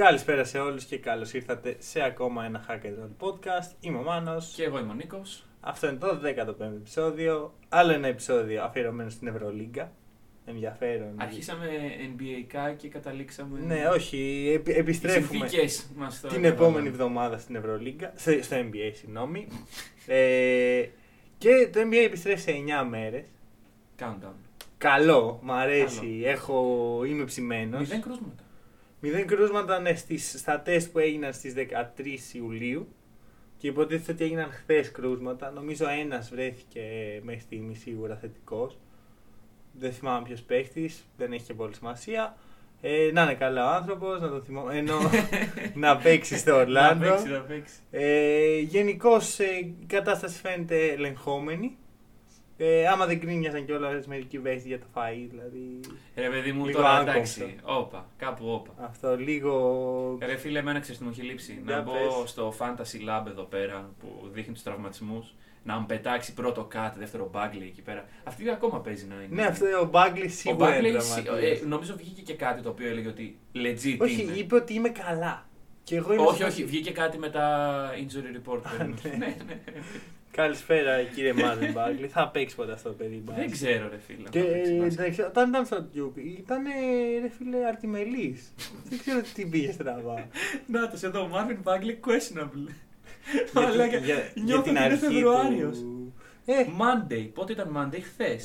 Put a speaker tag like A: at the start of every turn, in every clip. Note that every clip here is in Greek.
A: Καλησπέρα σε όλους και καλώς ήρθατε σε ακόμα ένα Hack and Roll podcast. Είμαι ο Μάνος.
B: Και εγώ είμαι ο Νίκος.
A: Αυτό είναι το 15ο επεισόδιο. Άλλο ένα επεισόδιο αφιερωμένο στην Ευρωλίγκα. Ενδιαφέρον.
B: Αρχίσαμε NBA και καταλήξαμε.
A: Ναι, όχι. επι- επιστρέφουμε
B: μας τώρα.
A: την επόμενη εβδομάδα στην Ευρωλίγκα. σε- Στο NBA, συγγνώμη. ε, και το NBA επιστρέφει σε 9 μέρες.
B: Countdown.
A: Καλό, μ' αρέσει. Έχω, είμαι ψημένος.
B: Μηδέν κρούσματα.
A: Μηδέν κρούσματα ναι, στις, στα τεστ που έγιναν στις 13 Ιουλίου και υποτίθεται ότι έγιναν χθες κρούσματα. Νομίζω ένας βρέθηκε ε, μέχρι στιγμή σίγουρα θετικός. Δεν θυμάμαι ποιος παίχτης, δεν έχει και πολύ σημασία. Ε, να είναι καλά ο άνθρωπος, να τον θυμάμαι, ενώ να παίξει στο
B: Να
A: Ορλάντο.
B: παίξει, να παίξει.
A: ε, Γενικώς η κατάσταση φαίνεται ελεγχόμενη. Ε, άμα δεν κρίνιασαν κιόλας μερικοί παίχτες για το φαΐ, δηλαδή
B: Ρε παιδί μου,
A: Λίγο
B: τώρα
A: άγχος
B: εντάξει.
A: αυτό.
B: Όπα, κάπου όπα.
A: αυτό λίγο...
B: Ρε φίλε, εμένα ξέρεις τι μου έχει λείψει.
A: Για
B: Να μπω
A: πες.
B: στο Fantasy Lab εδώ πέρα που δείχνει τους τραυματισμούς. Να μου πετάξει πρώτο cut, δεύτερο Bagley εκεί πέρα. Αυτή ακόμα παίζει να είναι.
A: Ναι, αυτό ο Μπάγκλι
B: Ο
A: σίγουρα είναι
B: Bagley,
A: τραυματίας.
B: ε, νομίζω βγήκε και κάτι το οποίο έλεγε ότι legit
A: Όχι,
B: είναι.
A: είπε ότι είμαι καλά. Και εγώ είμαι
B: Όχι,
A: στο-
B: όχι, βγήκε κάτι με τα injury report.
A: Α,
B: περίμενα.
A: ναι.
B: ναι, ναι.
A: Καλησπέρα κύριε Μάρτιν Μπάγκλι. Θα παίξεις ποτέ αυτό το παιδί. μπάσκετ.
B: Δεν ξέρω, ρε φίλε.
A: Και
B: αν θα παίξεις
A: ε,
B: μπάσκετ.
A: εντάξει, όταν ήταν στο Duke, ήταν ε, ρε φίλε αρτιμελής. Δεν ξέρω τι πήγες στραβά.
B: Να το εδώ, Marvin Bagley questionable.
A: Για την-
B: Μαλάκα,
A: για- για
B: νιώθω
A: την
B: ότι είναι
A: αρχή
B: Φεβρουάριος.
A: του- Ε,
B: Monday, πότε ήταν Monday, χθες.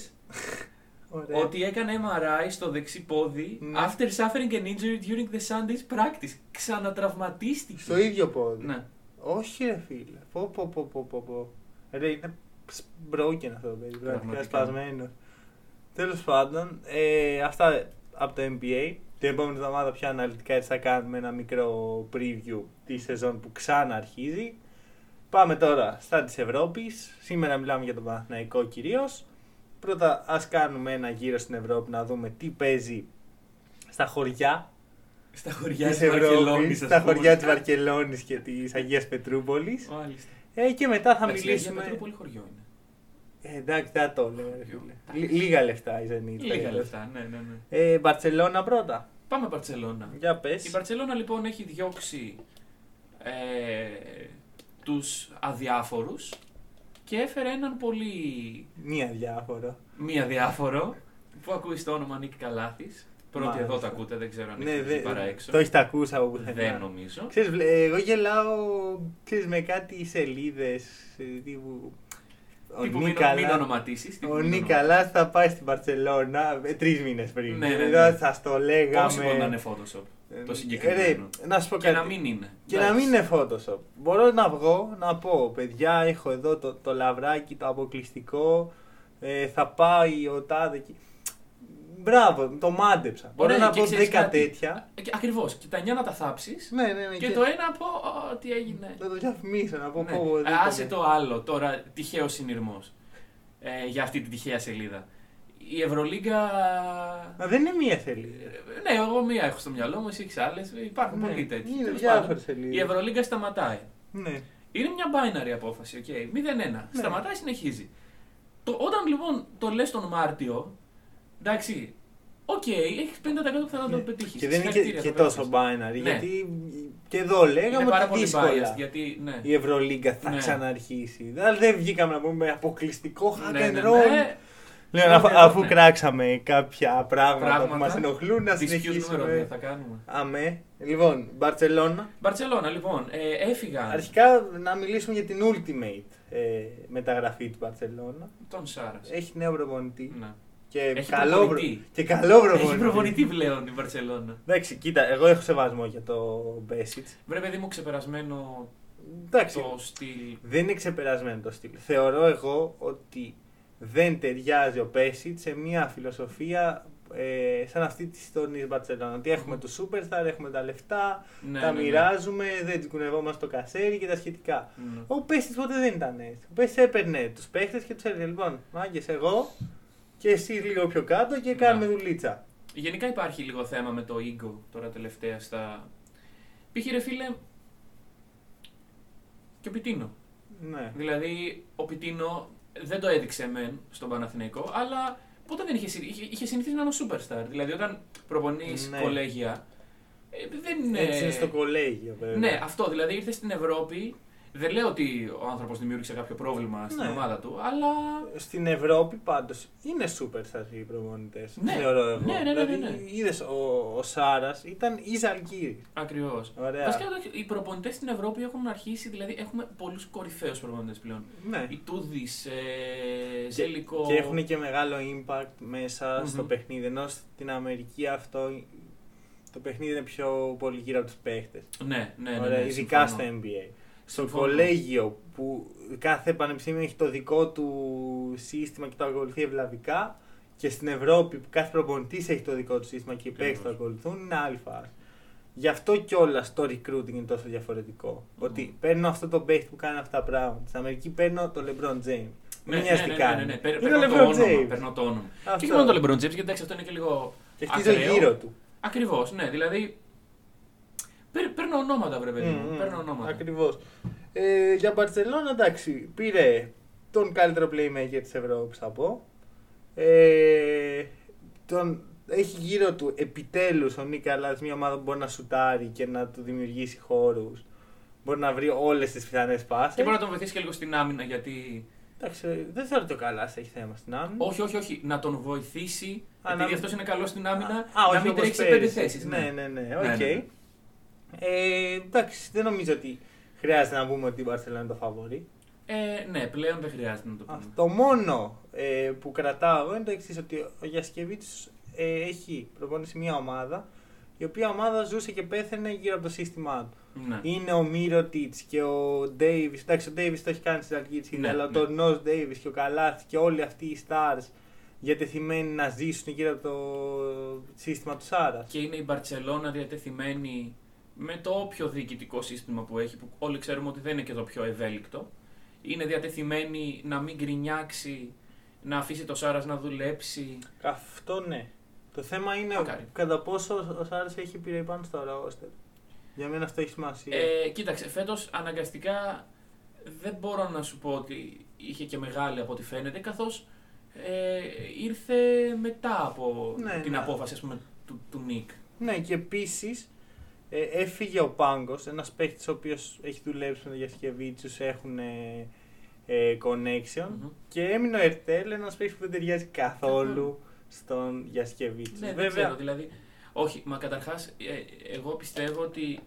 A: ωραία.
B: Ότι έκανε MRI στο δεξί πόδι
A: Ναι.
B: after suffering an injury during the Sunday's practice. Ξανατραυματίστηκε.
A: Στο ίδιο πόδι.
B: Ναι.
A: Όχι ρε φίλε. Πω πω πω πω πω. πω. Ρε είναι σ- broken αυτό το παιδί. Πραγματικά
B: Πραγματικά.
A: σπασμένο. Τέλος πάντων, ε, αυτά από το NBA. Την επόμενη εβδομάδα πια αναλυτικά έτσι θα κάνουμε ένα μικρό preview τη σεζόν που ξανά αρχίζει. Πάμε τώρα στα της Ευρώπης. Σήμερα μιλάμε για τον Παναθηναϊκό κυρίως. Πρώτα ας κάνουμε ένα γύρο στην Ευρώπη να δούμε τι παίζει στα χωριά
B: Στα χωριά
A: της
B: της Βαρκελόνη.
A: Ευρώπης, στα χωριά της Βαρκελόνης και της Αγίας Πετρούπολης.
B: Μάλιστα.
A: Ε, και μετά θα
B: Εντάξει, η Αγία
A: μιλήσουμε.
B: Πετρούπολη χωριό είναι.
A: Ε, εντάξει, δεν θα το λέω. ρε φίλε.
B: Εντάξει.
A: Λι- Λίγα λεφτά η Zenit.
B: Λίγα
A: τέλος.
B: λεφτά, ναι, ναι, ναι.
A: Ε, Μπαρτσελώνα πρώτα.
B: Πάμε Μπαρτσελώνα.
A: Για πες.
B: Η Μπαρτσελώνα λοιπόν έχει διώξει ε, τους αδιάφορους και έφερε έναν πολύ
A: Μία διάφορο.
B: μη αδιάφορο που ακούεις στο όνομα Νίκη Καλάθης. Πρώτη
A: Μάλιστα.
B: εδώ τα ακούτε, δεν ξέρω αν
A: Ναι,
B: έχεις βγει
A: δεν-
B: παρά έξω.
A: το έχεις τα ακούσει από πουθενά.
B: Δεν νομίζω.
A: Ξέρεις, βλέ- εγώ γελάω ξέρεις, με κάτι σελίδες τύπου. Ο
B: Τι που μην,
A: Νίκαλα-
B: μην το ονοματίσεις. τι που
A: Ο
B: μην το
A: Νίκαλα θα πάει στην Παρσελώνα τρεις μήνες πριν.
B: Ναι, ναι, ναι.
A: Δηλαδή, Θα το
B: ονοματίσεις. Πόσοι μπορεί να
A: λέγαμε.
B: είναι Photoshop.
A: Ε,
B: το συγκεκριμένο.
A: ρε, να σου πω
B: Και
A: κάτι.
B: να μην είναι.
A: Και να μην είναι Photoshop. Μπορώ να βγω, να πω, παιδιά, έχω εδώ το, το λαβράκι, το αποκλειστικό, ε, θα πάει ο τάδε εκεί. Μπράβο, το μάντεψα. Μπορώ να πω 10 τέτοια.
B: Ακριβώ. Ε, Και τα 9 να τα θάψεις
A: Ναι, ναι, ναι.
B: Και το ένα από «Ω, τι έγινε.
A: Να το διαφημίσω, να πω
B: Ναι.
A: πω. δεν
B: Άσε το άλλο τώρα, τυχαίος συνειρμός ε, για αυτή την τυχαία σελίδα. Η Ευρωλίγκα.
A: Μα δεν είναι μία
B: ε,
A: σελίδα.
B: Ναι, εγώ μία έχω στο μυαλό μου, εσύ έχεις άλλες. Υπάρχουν
A: Ναι,
B: πολλοί τέτοιοι.
A: είναι
B: Τέλος
A: διάφορες
B: πάντων,
A: σελίδες.
B: Η Ευρωλίγκα σταματάει.
A: Ναι.
B: Είναι μια binary απόφαση, οκ. 0-1. Σταματάει, συνεχίζει. Το, όταν λοιπόν το λες τον Μάρτιο, εντάξει, οκ, έχεις 50% πιθανότητα
A: Ναι.
B: να το πετύχεις.
A: Και δεν είναι και, και τόσο binary.
B: Ναι.
A: Γιατί και εδώ
B: Είναι
A: λέγαμε
B: πάρα
A: ότι
B: πολύ
A: δύσκολα.
B: biased, γιατί. Ναι.
A: Η Ευρωλίγκα θα
B: Ναι.
A: ξαναρχίσει. Δηλαδή δεν βγήκαμε να πούμε αποκλειστικό hack
B: Ναι,
A: and
B: ναι,
A: roll.
B: ναι.
A: Λέω,
B: Ναι,
A: αφού,
B: ναι,
A: αφού
B: ναι.
A: κράξαμε κάποια πράγματα, που
B: Πράγματα.
A: μας ενοχλούν, να
B: Dispute νούμερο δύο
A: συνεχίσουμε.
B: θα κάνουμε.
A: Αμέ. Λοιπόν, Μπαρτσελώνα.
B: Μπαρσελόνα, λοιπόν, ε, έφυγαν
A: Αρχικά να μιλήσουμε για την ultimate ε, μεταγραφή του Μπαρτσελώνα.
B: τον Σάρας.
A: Έχει νέο προπονητή.
B: Ναι.
A: Και,
B: Έχει
A: Ε, καλό, προ...
B: προπονητή.
A: και καλό προπονητή.
B: Έχει προπονητή πλέον η Μπαρσελόνα.
A: Εντάξει, κοίτα, εγώ έχω σεβασμό για το Μπέσιτ.
B: Βρε, παιδί μου, ξεπερασμένο
A: Εντάξει,
B: το στυλ.
A: δεν είναι ξεπερασμένο το στυλ. Θεωρώ εγώ ότι δεν ταιριάζει ο Πέσιτ σε μια φιλοσοφία ε, σαν αυτή της τωρινής Μπαρσελόνα. Ότι έχουμε
B: Μμμ.
A: το Superstar, έχουμε τα λεφτά,
B: Ναι,
A: τα
B: ναι, ναι.
A: μοιράζουμε, δεν τσικουνευόμαστε το κασέρι και τα σχετικά.
B: Ναι.
A: Ο Πέστη ποτέ δεν ήταν έτσι. Ο Πέστη έπαιρνε τους παίχτες και τους έλεγε: Λοιπόν, μάγκες εγώ και εσείς λίγο πιο κάτω και
B: Ναι.
A: κάνουμε δουλίτσα.
B: Γενικά υπάρχει λίγο θέμα με το ego τώρα τελευταία στα. Π.χ. ρε φίλε. Και ο Πιτίνο.
A: Ναι.
B: Δηλαδή, ο Πιτίνο δεν το έδειξε μεν στον Παναθηναϊκό, αλλά ποτέ δεν είχε, συ- είχε, είχε συνηθίσει να είναι ο superstar. Δηλαδή, όταν προπονείς
A: Ναι.
B: κολέγια, ε, Ε, δεν είναι.
A: Έτσι είναι στο κολέγιο, βέβαια.
B: Ναι, αυτό. Δηλαδή ήρθες στην Ευρώπη. Δεν λέω ότι ο άνθρωπος δημιούργησε κάποιο πρόβλημα στην
A: Ναι.
B: ομάδα του, αλλά.
A: Στην Ευρώπη πάντως είναι super οι προπονητές.
B: Ναι.
A: Θεωρώ εγώ.
B: Ναι, ναι, ναι, ναι,
A: Δηλαδή,
B: ναι.
A: είδες, ο, ο Σάρας ήταν η Ζαλγκύρη.
B: Ακριβώς.
A: Ωραία.
B: Βασικά το- οι προπονητές στην Ευρώπη έχουν αρχίσει, δηλαδή έχουμε πολλούς κορυφαίους προπονητές πλέον.
A: Ναι.
B: Η Τούδης, ε,
A: Και,
B: Ζελικό.
A: και έχουν και μεγάλο impact μεσα στο
B: Μμμ. παιχνίδι,
A: παιχνίδι. Ενώ στην Αμερική αυτό το παιχνίδι είναι πιο πολύ γύρω από τους παίχτες.
B: Ναι, ναι, ναι. ναι,
A: Ωραία, ειδικά στα
B: συμφωνώ.
A: NBA. Στο
B: Συμφωνώ.
A: κολέγιο που κάθε πανεπιστήμιο έχει το δικό του σύστημα και το ακολουθεί ευλαβικά και στην Ευρώπη που κάθε προπονητής έχει το δικό του σύστημα και οι παίκτες το
B: Ακριβώς.
A: ακολουθούν είναι άλλη φάση. Γι' αυτό κιόλας το recruiting είναι τόσο διαφορετικό.
B: Μμμ.
A: Ότι παίρνω αυτό το παίχτη που κάνει αυτά τα πράγματα. Στην Αμερική παίρνω το LeBron James.
B: Ναι,
A: Μην
B: ναι, ναι,
A: νοιάζει τι
B: ναι, ναι,
A: κάνει.
B: ναι, Παίρνω
A: Είναι
B: παίρνω
A: ο
B: το όνομα.
A: James.
B: Παίρνω το όνομα. Και όχι
A: Αυτό.
B: μόνο το LeBron James, γιατί εντάξει, αυτό είναι και λίγο.
A: Και χτίζω
B: ακραίο.
A: γύρω του.
B: Ακριβώς, ναι. Δηλαδή. παίρ- παίρνω ονόματα, βρε παιδί
A: Mm,
B: μου. Παίρνω ονόματα.
A: Ακριβώς. Ε, για Μπαρσελόνα, εντάξει, πήρε τον καλύτερο playmaker της Ευρώπης, θα πω. Ε, τον, έχει γύρω του επιτέλους ο Νίκα Λάτ μια ομάδα που μπορεί να σουτάρει και να του δημιουργήσει χώρους. Μπορεί να βρει όλες τις πιθανές πάσε.
B: Και μπορεί να τον βοηθήσει και λίγο στην άμυνα, γιατί.
A: Εντάξει, δεν θεωρώ ότι ο Καλάς έχει θέμα στην άμυνα.
B: Όχι, όχι, όχι. Να τον βοηθήσει.
A: Α,
B: επειδή
A: να-
B: αυτός είναι καλός στην άμυνα.
A: Α,
B: να
A: όχι,
B: μην
A: όπως
B: τρέξει σε
A: πέρυσι.
B: πέντε θέσεις.
A: Ναι, ναι, ναι.
B: Ναι,
A: Οκ.
B: ναι.
A: Ε, εντάξει, δεν νομίζω ότι χρειάζεται να πούμε ότι η Μπαρσελόνα είναι το φαβορή.
B: Ε, ναι, πλέον δεν χρειάζεται να το πούμε.
A: Το μόνο ε, που κρατάω είναι το εξής: Ότι ο Γιασκεβίτη έχει προπονήσει μια ομάδα η οποία ομάδα ζούσε και πέθαινε γύρω από το σύστημά του.
B: Ναι.
A: Είναι ο Μύρο και ο Ντέιβις. Εντάξει, ο Ντέιβις το έχει κάνει στην αρχή τη
B: Ναι,
A: αλλά ο
B: ναι.
A: Τωρινό Ντέιβις και ο Καλάθ και όλοι αυτοί οι stars διατεθειμένοι να ζήσουν γύρω από το σύστημα του Σάρας.
B: Και είναι η Μπαρτσελώνα διατεθειμένη με το όποιο διοικητικό σύστημα που έχει, που όλοι ξέρουμε ότι δεν είναι και το πιο ευέλικτο. Είναι διατεθειμένη να μην γκρινιάξει, να αφήσει το Σάρας να δουλέψει.
A: Αυτό ναι. Το θέμα είναι
B: Μακάρι.
A: κατά πόσο ο Σάρας έχει πήρε πάνω στο ρόστερ. Για μένα αυτό έχει σημασία.
B: Ε, κοίταξε, φέτος αναγκαστικά δεν μπορώ να σου πω ότι είχε και μεγάλη από ό,τι φαίνεται, καθώς ε, ήρθε μετά από
A: Ναι,
B: την
A: ναι.
B: απόφαση ας πούμε, του, του Νικ.
A: Ναι, και επίσης έφυγε ο Πάγκος, ένας παίχτη ο οποίος έχει δουλέψει με τον Γιασκεβίτσιου, έχουν ε, ε, connection.
B: Μμμ.
A: Και έμεινε ο Ερτέλ, ένας παίχτη που δεν ταιριάζει καθόλου
B: Καθόλου.
A: στον Γιασκεβίτσιου.
B: Ναι, δεν ξέρω, δηλαδή. Όχι, μα καταρχάς, εγώ πιστεύω ότι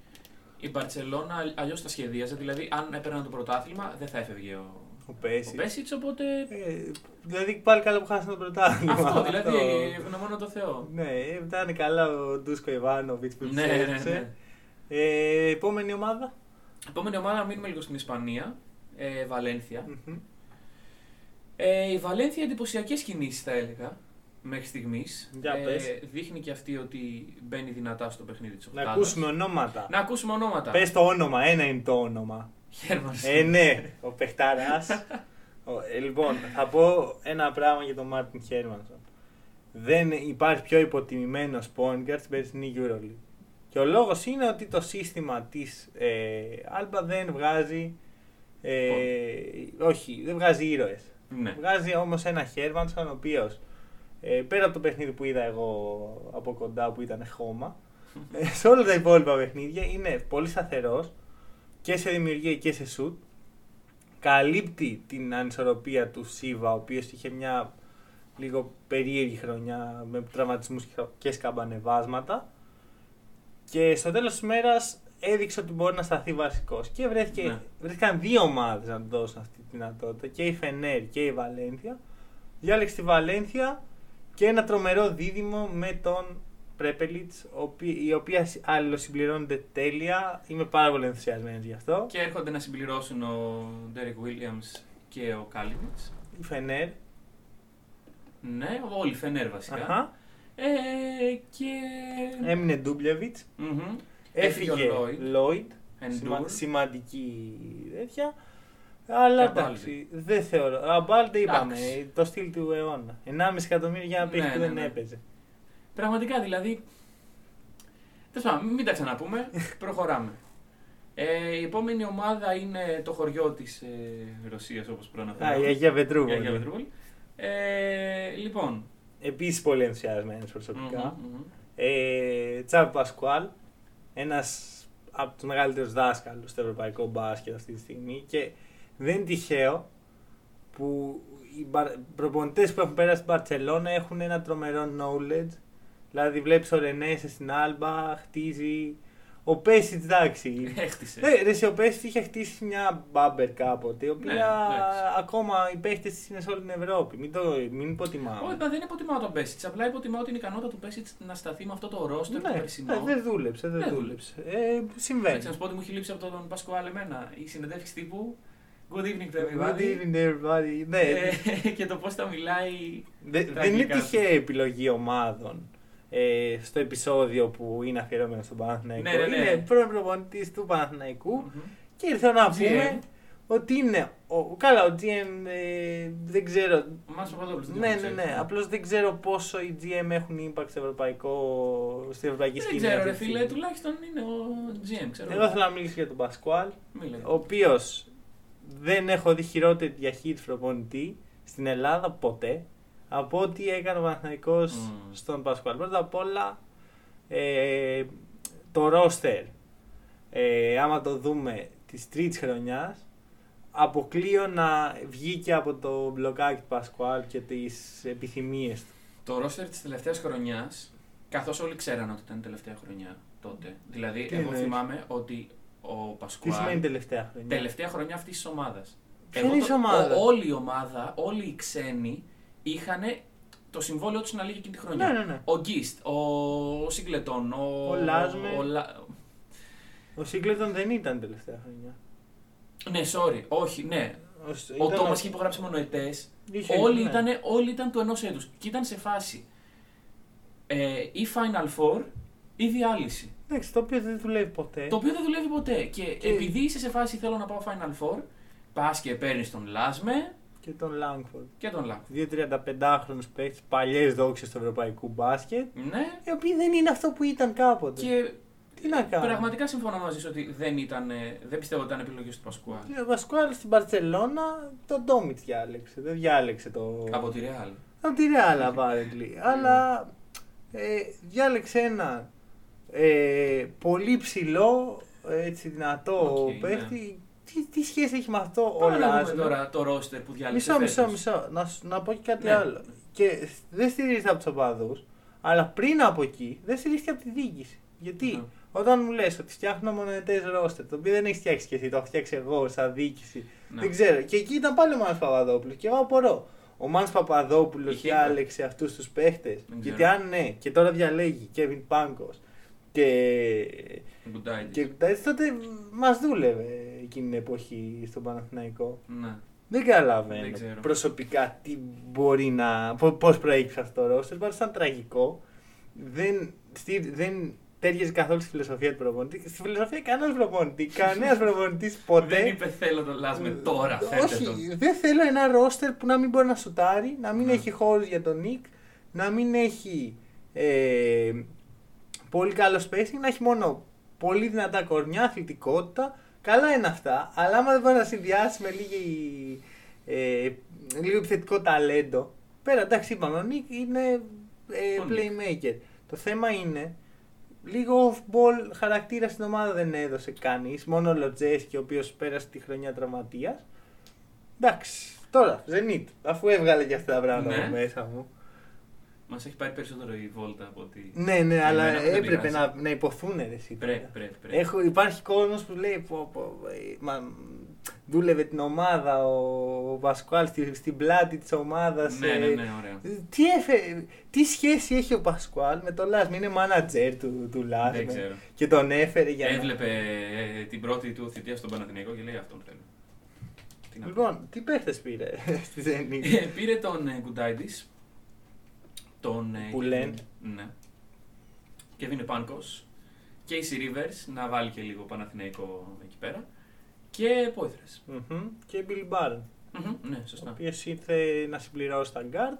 B: η Μπαρσελόνα αλλιώς τα σχεδίαζε. Δηλαδή, αν έπαιρναν το πρωτάθλημα, δεν θα έφευγε ο,
A: ο
B: ο
A: Πέση.
B: Πέσιτ. Οπότε.
A: Ε, δηλαδή πάλι καλά που χάσανε το πρωτάθλημα.
B: αυτό, δηλαδή, ευγνωμόνω το Θεό.
A: Ναι, ε, ήταν καλά ο Ντούσκο Ιβάνοβιτ που
B: ναι, ναι, ναι.
A: Ε, επόμενη ομάδα.
B: Επόμενη ομάδα, μείνουμε λίγο στην Ισπανία. Ε, Βαλένθια.
A: Μμμ.
B: Ε, η Βαλένθια εντυπωσιακές κινήσεις, θα έλεγα, μέχρι στιγμής.
A: Για πες.
B: δείχνει και αυτή ότι μπαίνει δυνατά στο παιχνίδι της
A: Να ακούσουμε ονόματα.
B: Να ακούσουμε ονόματα.
A: Πες το όνομα, ένα είναι το όνομα.
B: Χέρμαν.
A: Ε, ναι, ο παιχτάρα. λοιπόν, θα πω ένα πράγμα για τον Μάρτιν Χέρμανσον. Δεν υπάρχει πιο υποτιμημένος point guard στην περσινή EuroLeague. Και ο λόγος είναι ότι το σύστημα της ε, Alba δεν βγάζει. ε, όχι, δεν βγάζει ήρωες.
B: ναι.
A: Βγάζει όμως ένα Χέρμανσον ο οποίος ε, πέρα από το παιχνίδι που είδα εγώ από κοντά που ήταν χώμα, ε, σε όλα τα υπόλοιπα παιχνίδια είναι πολύ σταθερός και σε δημιουργία και σε σουτ. Καλύπτει την ανισορροπία του Σίβα, ο οποίος είχε μια λίγο περίεργη χρονιά με τραυματισμούς και σκαμπανεβάσματα. Και στο τέλος της μέρας έδειξε ότι μπορεί να σταθεί βασικός. Και βρέθηκε,
B: Ναι.
A: βρέθηκαν δύο ομάδες να του δώσουν αυτή τη δυνατότητα. Και η Φενέρ και η Βαλένθια. Διάλεξε τη Βαλένθια και ένα τρομερό δίδυμο με τον Πρέπελιτς, ο οποί- η οποία συ- αλληλοσυμπληρώνεται τέλεια. Είμαι πάρα πολύ ενθουσιασμένος γι' αυτό.
B: Και έρχονται να συμπληρώσουν ο Ντέρικ Williams και ο Κάλινιτς.
A: Η Φενέρ.
B: Ναι, όλοι Φενέρ βασικά.
A: Αχα.
B: Ε, και...
A: Έμεινε Ντούμπλεβιτς.
B: Μμμ. Έφυγε ο
A: Έφυγε
B: Lloyd.
A: Λόιτ.
B: Endure.
A: Σημα- σημαντική τέτοια. Αλλά
B: Και
A: εντάξει, δεν θεωρώ. Αμπάλτε είπαμε,
B: Εντάξει.
A: το στυλ του αιώνα. 1,5 εκατομμύριο για ένα
B: Ναι,
A: παίχτη που
B: ναι,
A: δεν
B: ναι.
A: έπαιζε.
B: Πραγματικά δηλαδή... Τέλος πάντων, μην τα ξαναπούμε, προχωράμε. Ε, η επόμενη ομάδα είναι το χωριό της ε, Ρωσίας όπως προαναφέραμε.
A: Α, η Αγία
B: Η Αγία
A: Πετρούπολη.
B: Πετρούπολη. Ε, λοιπόν.
A: Επίσης πολύ ενθουσιασμένο προσωπικά.
B: μμμ, μμμ.
A: Ε, Τσάβη Πασκουάλ, ένας από τους μεγαλύτερους δάσκαλους στο ευρωπαϊκό μπάσκετ αυτή τη στιγμή. Και δεν είναι τυχαίο που οι προπονητές που έχουν πέρασει στην Παρσελόνα έχουν ένα τρομερό knowledge. Δηλαδή, βλέπεις ο Ρενέσε στην Άλμπα, χτίζει. Ο Πέσιτ, εντάξει.
B: Έχτισε.
A: Ε, ρε, σε ο Πέσιτ είχε χτίσει μια μπάμπερ κάποτε, η οποία
B: εντάξει.
A: ακόμα οι παίχτες είναι σε όλη την Ευρώπη. Μην, το, μην υποτιμάμε.
B: Όχι, μα δεν υποτιμάω τον Πέσιτ. Απλά υποτιμάω την ικανότητα του Πέσιτ να σταθεί με αυτό το ρόστερ
A: Ναι,
B: το
A: ε,
B: περσινό.
A: δεν δούλεψε, δεν
B: Δεν
A: δούλεψε. Ε, συμβαίνει.
B: Εντάξει, να σου πω ότι μου έχει λείψει από τον Πασκουάλ εμένα η συνεντεύξη τύπου. Good evening to
A: Good
B: everybody.
A: evening, everybody. Ναι,
B: Ε, και το πώς τα μιλάει.
A: Δε-
B: τα
A: δεν είναι
B: αγγλικά του.
A: τυχαία η επιλογή ομάδων ε, στο επεισόδιο που είναι αφιερωμένο στον Παναθηναϊκό.
B: Ναι, ναι, ναι.
A: Είναι πρώην προπονητής του Παναθηναϊκού
B: Μμμ.
A: και ήρθε να
B: GM.
A: πούμε ότι είναι. Ο, καλά, ο GM ε, δεν ξέρω.
B: Ο Μάνος Παπαδόπουλος, δεν
A: Ναι,
B: το
A: ναι,
B: ξέρεις.
A: ναι. Απλώς δεν ξέρω πόσο οι GM έχουν impact στο ευρωπαϊκό, στην ευρωπαϊκή
B: Δεν
A: σκηνή.
B: ξέρω,
A: αυτή
B: ρε
A: τη
B: φίλε,
A: στιγμή.
B: τουλάχιστον είναι ο GM. Ξέρω.
A: Εγώ θέλω να μιλήσω για τον Πασκουάλ,
B: Μίλε.
A: ο οποίος δεν έχω δει χειρότερη διαχείριση προπονητή στην Ελλάδα ποτέ από ό,τι έκανε ο Παναθηναϊκός
B: Μμμ.
A: στον Πασκουάλ. Πρώτα απ' όλα ε, το ρόστερ, ε, άμα το δούμε της τρίτης χρονιάς, αποκλείω να βγήκε από το μπλοκάκι του Πασκουάλ και τις επιθυμίες του.
B: Το ρόστερ της τελευταίας χρονιάς, καθώς όλοι ξέραν ότι ήταν τελευταία χρονιά τότε. Δηλαδή,
A: Τι
B: εγώ
A: εννοείς?
B: θυμάμαι ότι ο
A: Τι σημαίνει
B: Πασκουάλ.
A: τελευταία χρονιά.
B: Τελευταία χρονιά αυτής της ομάδας.
A: Ποια είναι η ομάδα?
B: Όλη η ομάδα, όλοι οι ξένοι είχαν το συμβόλαιο τους να λύγει εκείνη τη χρονιά.
A: Ναι, ναι, ναι.
B: Ο Γκίστ, ο Σιγκλετόν, ο,
A: Ο Λάσμε.
B: ο Λα-
A: Ο Σίγκλετον δεν ήταν τελευταία χρονιά.
B: Ναι, sorry, όχι, ναι.
A: Σ-
B: Ο
A: ήταν
B: Τόμας είχε υπογράψει μονοετές.
A: Είχε,
B: Όλοι,
A: ναι.
B: ήτανε- όλοι ήταν του ενός έτους. Και ήταν σε φάση ε, ή Final Four ή διάλυση.
A: Εντάξει, το οποίο δεν δουλεύει ποτέ.
B: Το οποίο δεν δουλεύει ποτέ. Και,
A: Ε. Και-
B: επειδή είσαι σε φάση θέλω να πάω Final Four, πας και παίρνεις τον Λάσμε
A: Και τον Λάγκφορντ.
B: και τον Λάκο.
A: Δύο 35χρονου παίχτε, παλιές δόξες του ευρωπαϊκού μπάσκετ,
B: Ναι,
A: οι οποίοι δεν είναι αυτό που ήταν κάποτε.
B: και
A: Τι να κάνω.
B: πραγματικά συμφωνώ μαζί σου ότι δεν, ήταν, ε, δεν πιστεύω ότι ήταν επιλογή του Πασκουάλ.
A: Ε, Ο Πασκουάλ στην Παρσελώνα τον Ντόμιτ διάλεξε. Δεν διάλεξε το.
B: Από τη Ρεάλ.
A: Από τη Ρεάλ, apparently. Αλλά ε, διάλεξε ένα ε, πολύ ψηλό, ε, έτσι δυνατό
B: Οκ, ναι.
A: παίχτη. Τι, τι σχέση έχει με αυτό ο
B: Πάμε να δούμε
A: Λάσμερ.
B: τώρα το ρόστερ που διάλεξε.
A: Μισό, μισό,
B: φέτος.
A: μισό. Να, σου- να πω και κάτι
B: Ναι.
A: άλλο. Και δεν στηρίζεται από τους οπαδούς, αλλά πριν από εκεί δεν στηρίζεται από τη διοίκηση. Γιατί
B: Ναι.
A: όταν μου λες ότι φτιάχνω μονοετέ ρόστερ, το οποίο δεν έχεις φτιάξει και εσύ, το έχω φτιάξει εγώ σαν διοίκηση.
B: Ναι.
A: Δεν ξέρω. Και εκεί ήταν πάλι ο Μάνος Παπαδόπουλος και εγώ απορώ. Ο Μάνος Παπαδόπουλος
B: Είχε
A: διάλεξε αυτούς τους παίχτες.
B: Δεν
A: Γιατί
B: ξέρω.
A: αν ναι, και τώρα διαλέγει Κέβιν Πάγκο και
B: Γκουντάιτης.
A: και Κουτάιτς, τότε μας δούλευε εκείνη την εποχή στον Παναθηναϊκό.
B: Ναι.
A: Δεν καταλαβαίνω
B: Δεν ξέρω.
A: προσωπικά τι μπορεί να. πώς προέκυψε αυτό το ρόστερ. Πάντως ήταν τραγικό. Δεν, στη, δεν τέριαζε καθόλου στη φιλοσοφία του προπονητή. Στη φιλοσοφία κανένας προπονητή. Κανένας προπονητής
B: Δεν
A: ποτέ.
B: είπε θέλω τον Λάσμε τώρα, φέρτε τον.
A: Ε, Όχι, δεν θέλω ένα ρόστερ που να μην μπορεί να σουτάρει, να μην
B: Ναι.
A: έχει χώρους για τον Νικ, να μην έχει ε, πολύ καλός spacing, να έχει μόνο πολύ δυνατά κορμιά, αθλητικότητα. Καλά είναι αυτά, αλλά άμα δεν μπορεί να συνδυάσει με λίγη, ε, λίγο επιθετικό ταλέντο. Πέρα, εντάξει, είπαμε, ο Νικ είναι ε,
B: Ο Nick.
A: playmaker. Το θέμα είναι λίγο off-ball χαρακτήρα στην ομάδα δεν έδωσε κανείς. Μόνο ο Λοτζέσκι, ο οποίος πέρασε τη χρονιά τραυματίας. Εντάξει, τώρα, Zenit, αφού έβγαλε και αυτά τα πράγματα
B: Ναι.
A: από μέσα μου.
B: Μας έχει πάρει περισσότερο η βόλτα από ότι.
A: Ναι, ναι, αλλά
B: Εμένα δεν
A: έπρεπε
B: πειράζει.
A: να, να υποθούν ρε, εσύ.
B: Πρέπει,
A: τώρα.
B: πρέπει. πρέπει.
A: Έχω, υπάρχει κόσμος που λέει πω, πω, ε, μα, δούλευε την ομάδα ο Πασκουάλ στη, στην πλάτη της ομάδας.
B: Ναι, ναι, ναι, ωραία.
A: Τι, έφε- τι σχέση έχει ο Πασκουάλ με τον Λάσμι, είναι manager του, του Λάσμι.
B: Δεν ξέρω.
A: Και τον έφερε για να-
B: Έβλεπε ε, την πρώτη του θητεία στον Παναθηναϊκό και λέει αυτόν θέλω. Τι να πω.
A: Λοιπόν, τι παίχτες πήρε στη Zenit.
B: Ε, Πήρε τον ε, Γκουντάιντη. Τον. ε,
A: Που λένε.
B: Ναι. Και δίνει Πάνκο. Casey Rivers να βάλει και λίγο Παναθηναϊκό εκεί πέρα. Και Πόηθρε.
A: Μμμ. Και Bill Barron,
B: Ναι,
A: ο
B: σωστά.
A: οποίος ήρθε να συμπληρώσει τα guard.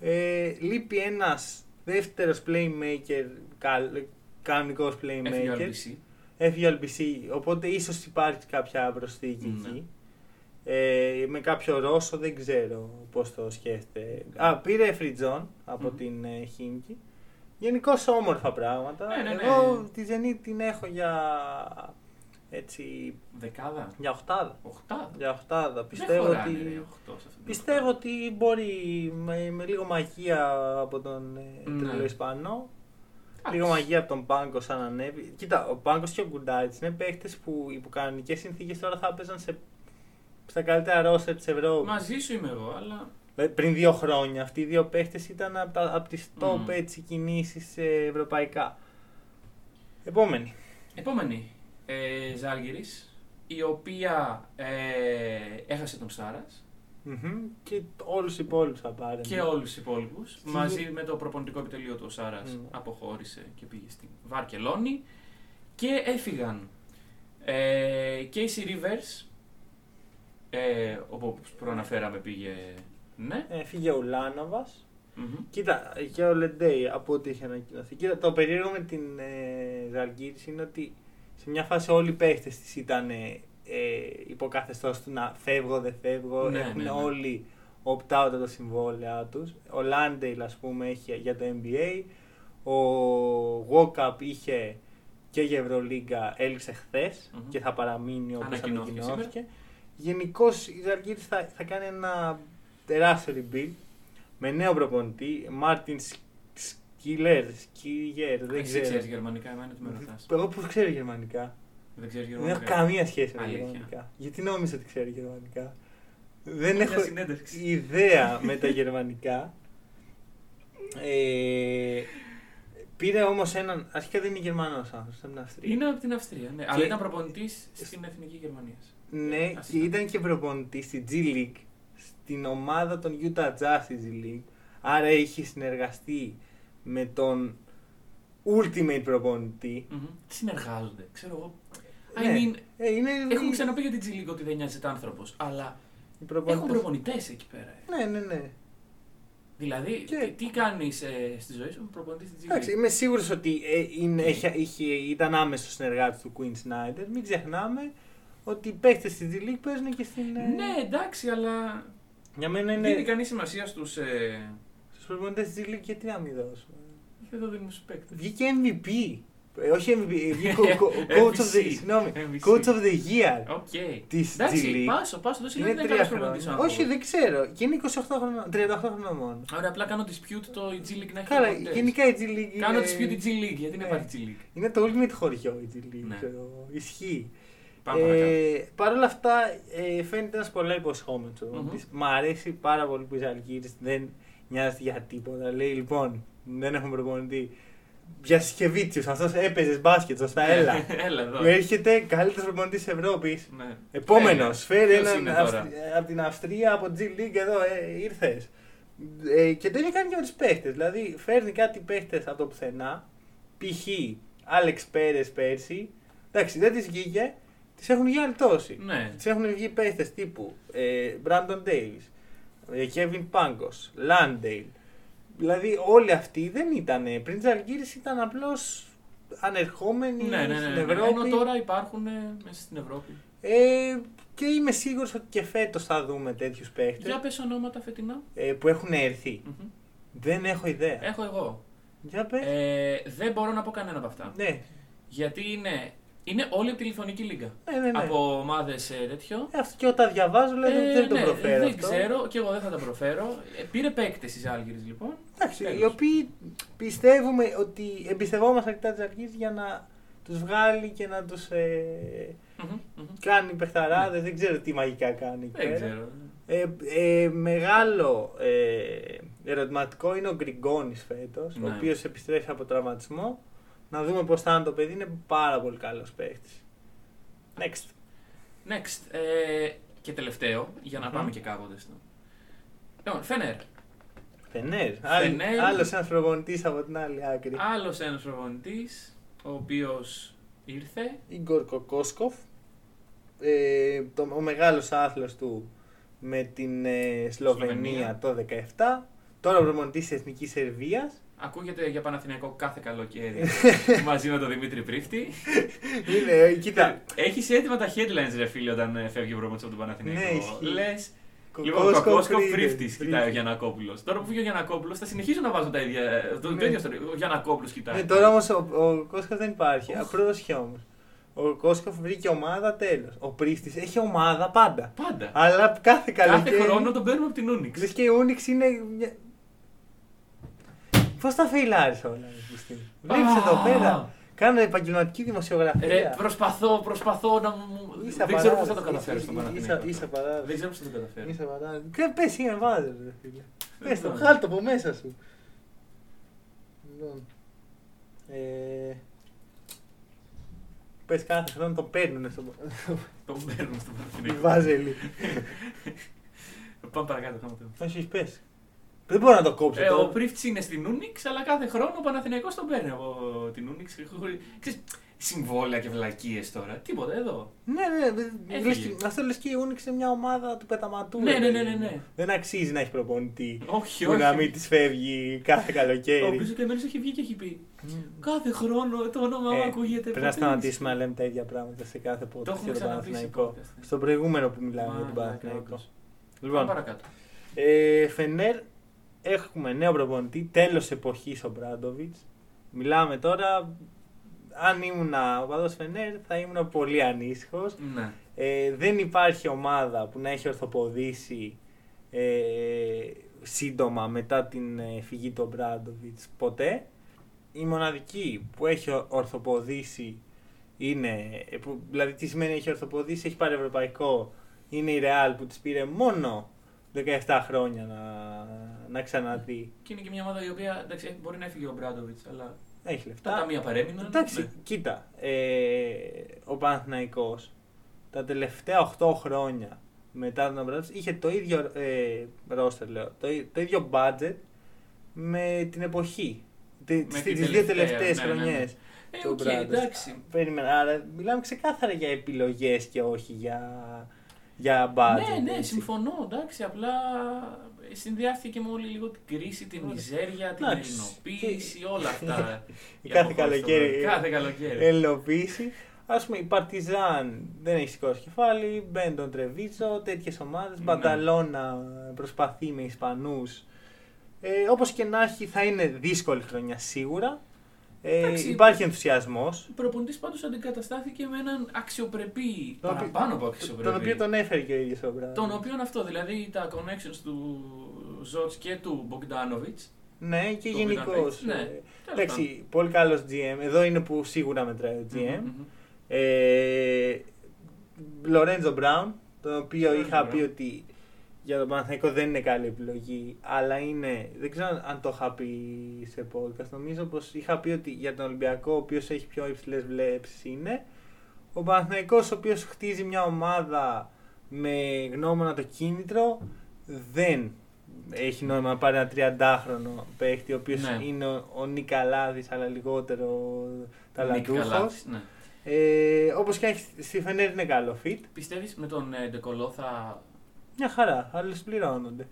A: Ε, λείπει ένας δεύτερος playmaker, καλ, κανονικός
B: Έφυγε ο
A: playmaker.
B: RBC.
A: Έφυγε ο LBC, οπότε ίσως υπάρχει κάποια προσθήκη
B: Ναι.
A: εκεί. Ε, με κάποιο Ρώσο δεν ξέρω πώς το σκέφτεται. Α, πήρε Φριτζόν από
B: Μμμ.
A: την ε, Χίμκι. Γενικώ όμορφα πράγματα.
B: Ναι, ναι, ναι.
A: Εγώ τη Ζενή την έχω για. έτσι.
B: Δεκάδα.
A: για οχτάδα.
B: Οχτάδα.
A: Για οχτάδα.
B: Δεν
A: Πιστεύω
B: χωράνε,
A: ότι.
B: ρε, οχτώ σε αυτήν την
A: Πιστεύω
B: οχτάδα.
A: ότι μπορεί με, με λίγο μαγεία από τον ε,
B: Ναι.
A: τρελό Ισπανό.
B: Εντάξει.
A: Λίγο μαγεία από τον Πάγκο σαν ανέβει. Κοίτα, ο Πάγκος και ο Γκουντάιτ είναι παίχτε που υπό κανονικές συνθήκες τώρα θα έπαιζαν σε, στα καλύτερα ρόστερ της Ευρώπης.
B: Μαζί σου είμαι εγώ, αλλά.
A: Δηλαδή, πριν δύο χρόνια αυτοί οι δύο παίχτες ήταν από, τα, απ' τις top
B: Μμμ.
A: έτσι κινήσεις ε, ευρωπαϊκά. Επόμενη.
B: Επόμενη. Ε, Ζάλγκηρη, η οποία ε, έχασε τον Ψάρας
A: Μμμ. Και όλους τους υπόλοιπους θα πάρει.
B: και όλους τους υπόλοιπους.
A: Στη-
B: Μαζί με το προπονητικό επιτελείο του, ο Σάρα
A: Ναι.
B: αποχώρησε και πήγε στην Βαρκελόνη. Και έφυγαν. Ε, Casey Rivers, ε, όπως προαναφέραμε πήγε, ναι.
A: Ε, φύγε ο Λάνοβας.
B: Μμμ.
A: Κοίτα, και ο Λεντέι από ό,τι είχε ανακοινωθεί. Κοίτα, το περίεργο με την ε, Ζαλγκύρης είναι ότι σε μια φάση όλοι οι παίχτες της ήταν ε, υποκαθεστώς του να φεύγω, δεν φεύγω.
B: Ναι,
A: Έχουν
B: ναι, ναι.
A: όλοι opt-out από τα συμβόλαιά τους. Ο Λάντεϊλ, ας πούμε, έχει για το NBA. Ο Walkup είχε και για Ευρωλίγκα, έλειξε χθες
B: Μμμ.
A: και θα παραμείνει όπως
B: Ανακοινώθηκε
A: ανακοινώθηκε. Γενικώς η Ζαλγκύρης θα, θα κάνει ένα τεράστιο rebuild με νέο προπονητή, Μάρτιν Σκίλερ, Σκίγερ, δεν
B: Εσύ ξέρει
A: ξέρω.
B: γερμανικά, εμένα τι με ρωτάς.
A: Εγώ που ξέρω γερμανικά.
B: Δεν ξέρεις
A: Δεν έχω
B: γερμανικά.
A: καμία σχέση με
B: Αλήθεια.
A: γερμανικά. Γιατί νόμιζα ότι ξέρω γερμανικά. Δεν
B: Μια
A: έχω
B: συνέντευξη.
A: ιδέα με τα γερμανικά. Ε, πήρε όμως έναν. Αρχικά δεν είναι Γερμανός άνθρωπος, ήταν Αυστρία.
B: Είναι από την Αυστρία, ναι.
A: Και- Ε,
B: Αλλά ήταν προπονητής στην Εθνική Γερμανίας.
A: Ναι,
B: Ε, Ας
A: και
B: ήταν.
A: ήταν και προπονητής στη G League, στην ομάδα των Utah Jazz στη G League. Άρα είχε συνεργαστεί με τον ultimate προπονητή.
B: Μμμ. Συνεργάζονται. Ξέρω εγώ. I
A: Ναι.
B: mean,
A: Ε, είναι
B: έχουμε ξαναπεί για την Τζιλίκ ότι δεν νοιάζεται άνθρωπος. Αλλά
A: οι προπονητές.
B: έχουν προπονητές εκεί πέρα. ε.
A: Ναι, ναι, ναι.
B: Δηλαδή,
A: Και-
B: τι, τι κάνεις στη ζωή σου, προπονητής στην
A: Εντάξει,
B: Τζιλίκ.
A: είμαι σίγουρος ότι ε,
B: Ναι.
A: είναι, είχε- είχε- ήταν άμεσος συνεργάτης του Queen Snyder. Μην ξεχνάμε ότι οι παίχτε της G League παίζουν και στην. ε,
B: Ναι, εντάξει, αλλά.
A: Για μένα
B: Δίνει
A: είναι.
B: κανείς σημασία στους. Ε...
A: Στους προπονητές της G League, γιατί να μην δώσουμε.
B: Δεν το δίνουμε στους παίκτες.
A: Βγήκε MVP. Ε, όχι MVP, βγήκε co- co- coach of the,
B: MVC.
A: συγγνώμη,
B: MVC.
A: coach of the year
B: Οκ.
A: της G
B: Εντάξει,
A: League.
B: πάσο, πάσο, δεν
A: Είναι
B: σημαίνει ότι δεν
A: τρία
B: είναι προπονητή
A: χρόνια. Όχι, δεν ξέρω. Και είναι 28 χρονών, 38 χρονών μόνο.
B: Ωραία, απλά κάνω dispute το η G League να έχει
A: Καλά,
B: προπονητές.
A: γενικά η G League
B: Κάνω
A: είναι...
B: dispute η G League, γιατί δεν
A: Ναι.
B: υπάρχει G League.
A: Είναι το ultimate χωριό η G League,
B: Ναι.
A: ξέρω εγώ. Ισχύει. Ε,
B: Πάμε παρακάτω.
A: Παρ' όλα αυτά, ε, φαίνεται ένας πολλά υποσχόμενο.
B: Μμμ.
A: Μ' αρέσει πάρα πολύ που η Ζαλγκύρη δεν νοιάζεται για τίποτα. Λέει λοιπόν, δεν έχουμε προπονητή. Για Σικεβίτσιου, αυτός έπαιζε μπάσκετ, σωστά, έλα.
B: έλα εδώ.
A: Που έρχεται καλύτερος προπονητής της Ευρώπης.
B: Ναι.
A: Επόμενος, φέρει
B: Ποιος
A: έναν
B: είναι τώρα?
A: από την Αυστρία, από την G League εδώ, ε, ήρθες. και το ίδιο κάνει και με του παίχτες. Δηλαδή, φέρνει κάτι παίχτες από το πουθενά. Π.χ. Άλεξ Πέρες πέρσι. Εντάξει, δεν της βγήκε. Τη έχουν βγει άλλοι τόσοι.
B: Ναι.
A: Τη έχουν βγει παίχτες τύπου ε, Brandon Davis, ε, Kevin Pangos, Landale. Δηλαδή, όλοι αυτοί δεν ήταν. Πριν τη Αλγύρη ήταν απλώς ανερχόμενοι
B: Ναι, ναι, ναι,
A: στην
B: ναι.
A: Ευρώπη.
B: Ενώ τώρα υπάρχουν μέσα στην Ευρώπη.
A: Ε, και είμαι σίγουρος ότι και φέτος θα δούμε τέτοιους παίχτες
B: Για πες ονόματα φετινά.
A: που έχουν έρθει.
B: Μμμ.
A: Δεν έχω ιδέα.
B: Έχω εγώ.
A: Για πες.
B: Ε, δεν μπορώ να πω κανένα από αυτά.
A: ναι,
B: Γιατί είναι, είναι όλοι από τη Λιθουανική Λίγκα.
A: ναι, ναι. ναι.
B: Από ομάδες τέτοιο.
A: Ε, αυτό και όταν διαβάζω λέω
B: Ε,
A: δεν το
B: ναι,
A: προφέρω.
B: Δεν
A: αυτό.
B: ξέρω και εγώ δεν θα τα προφέρω. Ε, πήρε παίκτες τη Άλγηρη λοιπόν.
A: Εντάξει,
B: Τέλος.
A: οι οποίοι πιστεύουμε ότι εμπιστευόμαστε αρκετά τη αρχή για να τους βγάλει και να τους ε,
B: Μμμ, μμμ.
A: κάνει παιχταράδες. Δεν ξέρω τι μαγικά κάνει. εκεί
B: Δεν
A: πέρα.
B: ξέρω.
A: Ε, ε, μεγάλο ε, ερωτηματικό είναι ο Γκριγκόνης φέτος,
B: Ναι.
A: ο οποίος επιστρέφει από τραυματισμό. Να δούμε πώς θα είναι το παιδί. Είναι πάρα πολύ καλός παίχτη. Next.
B: Next. Ε, και τελευταίο, για να
A: Μμμ.
B: πάμε και κάποτε στο. Λοιπόν, Φενέρ.
A: Φενέρ.
B: Φενέρ.
A: Άλλος ένας προπονητής από την άλλη άκρη.
B: Άλλος ένας προπονητής, ο οποίος ήρθε.
A: Ιγκορ Κοκόσκοφ. Ε, το, ο μεγάλος άθλος του με την ε, Σλοβενία,
B: Σλοβενία.
A: το 17. Τώρα προπονητής της Εθνικής Σερβίας.
B: Ακούγεται για Παναθηναϊκό κάθε καλοκαίρι μαζί με τον Δημήτρη Πρίφτη.
A: είναι, ε, κοίτα,
B: Έχει έτοιμα τα headlines, ρε φίλε, όταν ε, φεύγει ο Βρώματο από τον
A: Ναι,
B: Παναθηναϊκό.
A: ισχύει.
B: Λες, Λοιπόν,
A: Κόσκο
B: Κόσκο
A: Πρίντες,
B: Πρίφτη κοιτάει ο
A: Πρίντες.
B: Γιανακόπουλο. Τώρα που βγει ο Γιανακόπουλο θα συνεχίσω να βάζω τα ίδια. Το, το
A: Ναι.
B: ίδιο story. Ο Γιανακόπουλο κοιτάει.
A: Ε, τώρα όμως ο, ο Κόσκας δεν υπάρχει. Απρόσχε όμω. Ο Κόσκας βρήκε ομάδα τέλος. Ο Πρίστη έχει ομάδα πάντα.
B: Πάντα.
A: Αλλά κάθε καλοκαίρι.
B: Κάθε χρόνο τον παίρνουμε από την Ούνιξ. Ε,
A: Λες και η Ούνιξ είναι. Μια... Πώς τα φεϊλάρεις όλα, Χριστίν. Βλέπει
B: Α.
A: εδώ πέρα. Κάνω επαγγελματική δημοσιογραφία.
B: Ρε, προσπαθώ, προσπαθώ να μου.
A: Είσαι
B: Δεν ξέρω πώς θα το
A: απαράδεκτος.
B: καταφέρω
A: Είσαι-
B: στον
A: Είσαι
B: Παναθηναϊκό.
A: είσαι απαράδεκτος.
B: Δεν ξέρω πώς θα το καταφέρω.
A: Είσαι απαράδεκτος. Και πες είναι βάζελ, ρε φίλε.
B: Δεν
A: Πες το,
B: μπορώ.
A: χάλτο από μέσα σου. Λοιπόν. Ε, Πες κάθε χρόνο το παίρνουν στο
B: Το παίρνουμε στον
A: Η
B: Παναθηναϊκό.
A: βάζελη.
B: Πάμε παρακάτω. χάμε το.
A: Όχι, πες. Δεν μπορώ να το κόψω.
B: Ε,
A: τώρα.
B: ο Πρίφτης είναι στην Ούνιξ, αλλά κάθε χρόνο ο Παναθηναϊκός τον παίρνει από την Ούνιξ. Ξέρεις, Συμβόλαια και βλακίες τώρα. Τίποτα εδώ.
A: Ναι, ναι, ναι.
B: Έφυγε.
A: Λες και- Αυτό λες και η Ούνιξ είναι μια ομάδα του πεταματού.
B: Ναι,
A: ρε
B: ναι, ναι,
A: παιδί
B: ναι,
A: μου.
B: ναι.
A: Δεν αξίζει να έχεις προπονητή
B: Όχι,
A: που
B: όχι.
A: να μην της φεύγει κάθε
B: Ο
A: καλοκαίρι. Ναι.
B: οποίο καημένο έχει βγει και έχει πει.
A: Μμμ.
B: Κάθε χρόνο το όνομα μου
A: Ε,
B: ακούγεται.
A: Πρέπει να
B: ποτέ
A: σταματήσουμε να λέμε τα ίδια πράγματα σε κάθε
B: Το
A: podcast
B: έχουμε
A: για τον
B: ξαναπεί σε
A: Παναθηναϊκό.
B: podcast, ναι.
A: Στον προηγούμενο που μιλάμε για τον
B: Μαλάκα,
A: Παναθηναϊκό.
B: όντως. Πάμε
A: Λοιπόν,
B: παρακάτω.
A: ε, Φενέρ, έχουμε νέο προπονητή, τέλος εποχής ο Μπράντοβιτς. Μιλάμε τώρα, αν ήμουν οπαδός Φενέρ θα ήμουν πολύ ανήσυχος.
B: Ναι.
A: Ε, δεν υπάρχει ομάδα που να έχει ορθοποδήσει ε, σύντομα μετά την ε, φυγή του Μπράντοβιτς ποτέ. Η μοναδική που έχει ο- ορθοποδήσει είναι, ε, που, δηλαδή τι σημαίνει έχει ορθοποδήσει, έχει πάρει ευρωπαϊκό, είναι η Ρεάλ που της πήρε μόνο 17 χρόνια να, να ξαναδεί.
B: Και είναι και μια ομάδα η οποία εντάξει, μπορεί να έφυγε ο Μπράντοβιτ, αλλά
A: Έχει λεφτά.
B: τα ταμεία παρέμειναν.
A: Εντάξει,
B: Ναι.
A: κοίτα. Ε, ο Παναθηναϊκός τα τελευταία 8 χρόνια μετά τον Αμπράτος είχε το ίδιο ε, roster, λέω, το, ί- το ίδιο budget με την εποχή. Τι
B: Με
A: τις
B: την
A: δύο
B: τελευταία,
A: τελευταίες
B: ναι, ναι, ναι.
A: χρονιές.
B: Ε,
A: του
B: οκ,
A: Μπράντοβιτς.
B: εντάξει.
A: Περίμενα, άρα μιλάμε ξεκάθαρα για επιλογές και όχι για, για budget.
B: Ναι, ναι,
A: έτσι.
B: συμφωνώ. Εντάξει, απλά συνδυάστηκε με όλη λίγο την κρίση, την
A: Ωραία.
B: μιζέρια, την
A: Εντάξει.
B: ελληνοποίηση,
A: Και-
B: όλα αυτά.
A: Η
B: Η
A: κάθε
B: αποχώρηση
A: καλοκαίρι. Ε,
B: των- Κάθε καλοκαίρι.
A: Ελληνοποίηση. Ας πούμε, η Παρτιζάν δεν έχει σηκώσει κεφάλι. Μπέντον Τρεβίτσο, τέτοιες ομάδες.
B: Ναι.
A: Μπανταλώνα προσπαθεί με Ισπανούς. Ε, Όπως και να έχει, θα είναι δύσκολη χρονιά σίγουρα. Ε,
B: Εντάξει.
A: υπάρχει ενθουσιασμός.
B: Ο προπονητής πάντως αντικαταστάθηκε με έναν αξιοπρεπή.
A: Τον οποίο-
B: Παραπάνω από
A: Τον οποίο
B: αξιοπρεπή.
A: τον έφερε και ο ίδιος ο Μπράβο.
B: Τον οποίο αυτό, δηλαδή τα connections του Ζότ και του Μπογκδάνοβιτ.
A: Ναι, και
B: τον
A: γενικώ.
B: Βιλανδέτη. Ναι,
A: Εντάξει, πολύ καλός GM. Εδώ είναι που σίγουρα μετράει ο GM. Ε, Λορέντζο Μπράουν, τον οποίο
B: Λορέντζο
A: είχα
B: Μπράουν.
A: πει ότι για τον Παναθηναϊκό δεν είναι καλή επιλογή, αλλά είναι, δεν ξέρω αν το είχα πει σε podcast, νομίζω πως είχα πει ότι για τον Ολυμπιακό, ο οποίος έχει πιο υψηλές βλέψεις είναι, ο Παναθηναϊκός ο οποίος χτίζει μια ομάδα με γνώμονα το κίνητρο, δεν έχει νόημα να πάρει ένα 30χρονο παίχτη, ο οποίος
B: Ναι.
A: είναι ο, ο Νικαλάδης, αλλά λιγότερο ταλαντούχος.
B: Ταλαντούχο. Ναι.
A: Ε, Όπως και αν έχεις, στη Φενέρ είναι καλό fit.
B: Πιστεύεις με τον ε, Ντεκολό θα.
A: Μια χαρά, άλλες πληρώνονται.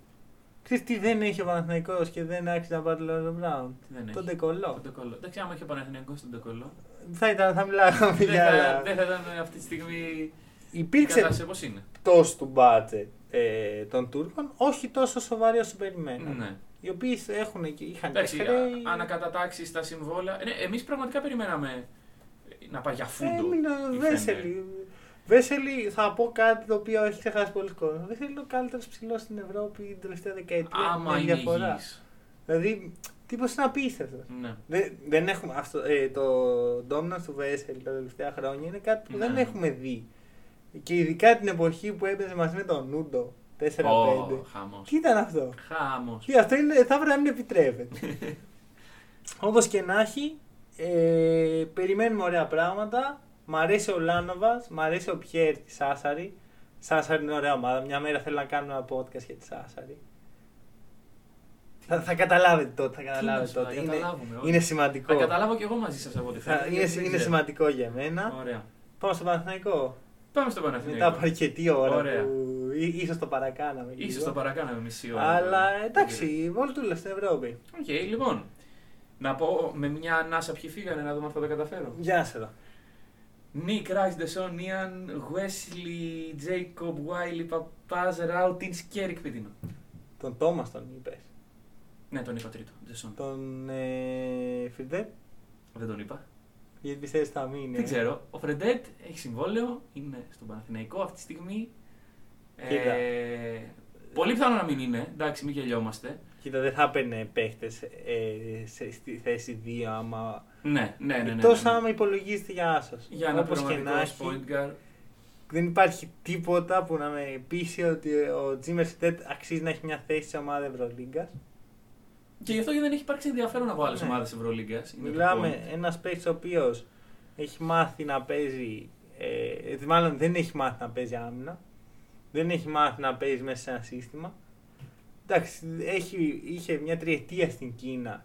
A: Ξέρεις τι δεν έχει ο Παναθηναϊκός και δεν άξιζε να πάρει τον Λόρεν Μπράουν.
B: Τι δεν
A: Τον
B: έχει.
A: Ντεκολό.
B: Τον Ντεκολό. Εντάξει, άμα είχε ο Παναθηναϊκός τον Ντεκολό.
A: Θα, ήταν, θα μιλάγαμε
B: Δεν
A: για
B: θα,
A: άλλα.
B: δεν θα ήταν ε, αυτή τη στιγμή η
A: Υπήρξε
B: κατάσταση όπως είναι.
A: πτώση του μπάτζετ ε, των Τούρκων, όχι τόσο σοβαρή όσο περιμέναμε.
B: Ναι.
A: Οι οποίοι έχουν και είχαν ε, και
B: Εντάξει,
A: χρέη.
B: ανακατατάξεις στα συμβόλαια. Ναι, Εμείς πραγματικά περιμέναμε ε, να πάει για φούντο.
A: Έμεινα
B: η Φενέρ.
A: Βέσελη. Βέσελη, θα πω κάτι το οποίο έχει ξεχάσει πολλοί κόσμο. Βέσελη είναι ο καλύτερος ψηλός στην Ευρώπη την τελευταία δεκαετία.
B: Άμα
A: με
B: είναι υγιής.
A: Δηλαδή, τύπος είναι απίστευτος.
B: Ναι.
A: Δεν, δεν έχουμε αυτό, ε, το dominance του Βέσελ τα τελευταία χρόνια είναι κάτι που δεν
B: Ναι.
A: έχουμε δει. Και ειδικά την εποχή που έπαιζε μαζί με τον Νούντο 4-5.
B: Ω, χαμός.
A: Τι ήταν αυτό.
B: Χαμός.
A: Τι, αυτό είναι, θα έπρεπε να μην επιτρέπεται. Όπως και να έχει, ε, περιμένουμε ωραία πράγματα. Μ' αρέσει ο Λάνοβας, μ' αρέσει ο Πιέρ της Σάσαρη. Σάσαρη είναι ωραία ομάδα. Μια μέρα θέλω να κάνουμε ένα podcast για τη Σάσαρη. Θα, θα καταλάβετε τότε. Θα
B: Τι να
A: καταλάβετε
B: σου πω,
A: τότε.
B: θα
A: Είναι,
B: καταλάβουμε, όχι.
A: είναι
B: Θα
A: σημαντικό.
B: καταλάβω κι εγώ μαζί σας από τη
A: Θα- είναι, είναι σημαντικό για μένα.
B: Ωραία.
A: Πάμε στο Παναθηναϊκό.
B: Πάμε στο
A: Μετά
B: Παναθηναϊκό.
A: από αρκετή ώρα
B: Ωραία.
A: που ή- ίσως το παρακάναμε.
B: Ίσως
A: λίγο.
B: το παρακάναμε μισή ώρα.
A: Αλλά εντάξει, βολτούλα στην Ευρώπη.
B: Οκ, λοιπόν. Να πω με μια ανάσα ποιοι φύγανε να δούμε αν θα τα καταφέρω.
A: Γεια σας.
B: Nick Rice, Deshaun Ian, Wesley, Jacob, Wiley, Παπάζ, Ράουτιν, Κέρικ Πιτίνο.
A: Τον Τόμα τον είπες.
B: Ναι, τον είπα τρίτο. Deshaun.
A: Τον ε, Φιντέ.
B: Δεν τον είπα.
A: Γιατί πιστεύεις θα μείνει. ε?
B: Δεν ξέρω. Ο Φρεντέτ έχει συμβόλαιο, είναι στον Παναθηναϊκό αυτή τη στιγμή.
A: Κοίτα.
B: Ε, πολύ πιθανό να μην είναι, εντάξει, μην γελιόμαστε.
A: Κοίτα, δεν θα έπαιρνε παίχτες στη θέση 2 άμα.
B: Ναι, ναι, ναι. ναι, ναι,
A: Εκτός
B: ναι.
A: άμα υπολογίζεται για άσος.
B: Για ένα
A: Όπως και
B: πραγματικό
A: να έχει,
B: point guard.
A: δεν υπάρχει τίποτα που να με πείσει ότι ο Τζίμερ Σιτέτ αξίζει να έχει μια θέση σε ομάδα Ευρωλίγκας.
B: Και γι' αυτό και δεν έχει υπάρξει ενδιαφέρον από άλλε
A: Ναι.
B: ομάδες Ευρωλίγκας.
A: Μιλάμε ένας παίκτης ο οποίος έχει μάθει να παίζει. Ε, δη- μάλλον δεν έχει μάθει να παίζει άμυνα. Δεν έχει μάθει να παίζει μέσα σε ένα σύστημα. Εντάξει, έχει, είχε μια τριετία στην Κίνα.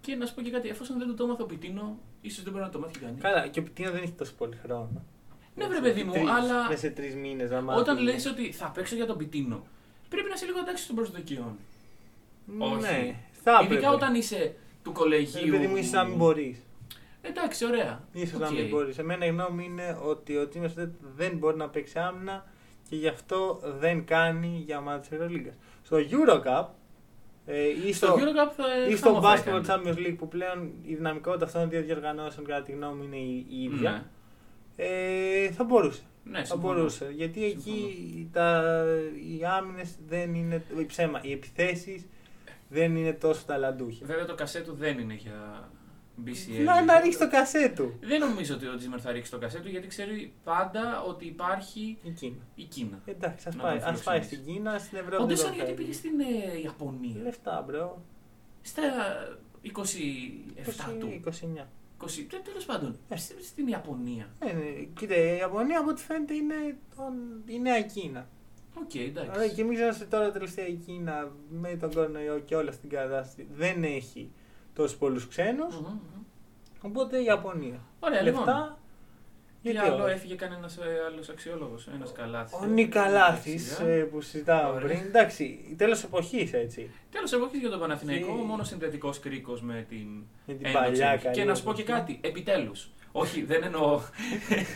B: Και να σου πω και κάτι, εφόσον δεν του το έμαθα ο Πιτίνο, ίσως δεν μπορεί να το μάθει κανείς.
A: Καλά, και ο Πιτίνο δεν έχει τόσο πολύ χρόνο.
B: Ναι, βρε, παιδί μου,
A: Τρεις-
B: αλλά-
A: Μέσα σε τρεις μήνες να μάθει.
B: Όταν λες ότι θα παίξω για τον Πιτίνο, πρέπει να είσαι λίγο εντάξει των προσδοκιών. όχι.
A: Ναι, θα
B: Ειδικά
A: έπρεπε.
B: όταν είσαι του κολεγίου.
A: Ρε παιδί μου, ίσω να μην μπορείς.
B: Εντάξει, ωραία.
A: Ίσως
B: Οκ.
A: να μην μπορείς. Εμένα η γνώμη είναι ότι ο Τζίμερ δεν μπορεί να παίξει άμυνα και γι' αυτό δεν κάνει για ομάδα της Ευρωλίγκας. Στο Eurocup ε, ή
B: Στο
A: στο,
B: Eurocup θα.
A: ή στο
B: χαμό θα
A: Basketball
B: έκανε.
A: Champions League που πλέον η δυναμικότητα αυτών των δύο διοργανώσεων κατά τη γνώμη μου είναι η, η ίδια.
B: Ναι.
A: Ε, θα μπορούσε.
B: Ναι,
A: θα
B: συμφωνώ.
A: μπορούσε. Γιατί εκεί τα, οι άμυνες δεν είναι. ε, ψέμα. Οι επιθέσεις δεν είναι τόσο ταλαντούχε.
B: Βέβαια το κασέ του δεν είναι για BCL.
A: Να, να ρίξει το κασέ του.
B: Δεν νομίζω ότι ο Τζίμερ θα ρίξει το κασέ του γιατί ξέρει πάντα ότι υπάρχει
A: Η Κίνα.
B: η
A: Ε,
B: Κίνα.
A: Εντάξει, ας
B: Να
A: πάει,
B: τον
A: ας πάει
B: φιλοξενήσει.
A: στην Κίνα, στην Ευρώπη. δεν
B: Ο Ντέσον
A: τον
B: γιατί
A: θέλει.
B: πήγε στην ε, Ιαπωνία.
A: Λεφτά, μπρο.
B: Στα 27 του.
A: 29.
B: 20, τέλος πάντων.
A: Ναι.
B: στη- Στην Ιαπωνία.
A: Ναι, ναι. Κοίτα, η Ιαπωνία από ό,τι φαίνεται είναι τον... η νέα Κίνα.
B: Οκ,
A: Ωραία, και
B: εντάξει.
A: εμεί είμαστε τώρα τελευταία η Κίνα με τον κορονοϊό και όλα στην κατάσταση. Δεν έχει τόσους πολλούς ξένους.
B: Μμμ, μμμ.
A: Οπότε η Ιαπωνία.
B: Ωραία, λοιπόν.
A: Λεφτά.
B: Τι
A: Γιατί
B: άλλο
A: όχι.
B: έφυγε ε, κανένα άλλος αξιόλογος. Ένας καλάθι.
A: Ο ε. Νικαλάθης που συζητάμε
B: Ωραία.
A: πριν. Εντάξει, τέλος εποχής έτσι.
B: Τέλος εποχής για τον Παναθηναϊκό,
A: Και-
B: ο μόνο συνθετικό κρίκος με την.
A: Με την
B: έννοξη.
A: παλιά καλή.
B: Και να σου πω και
A: εποχή.
B: κάτι, επιτέλους. Όχι, δεν εννοώ.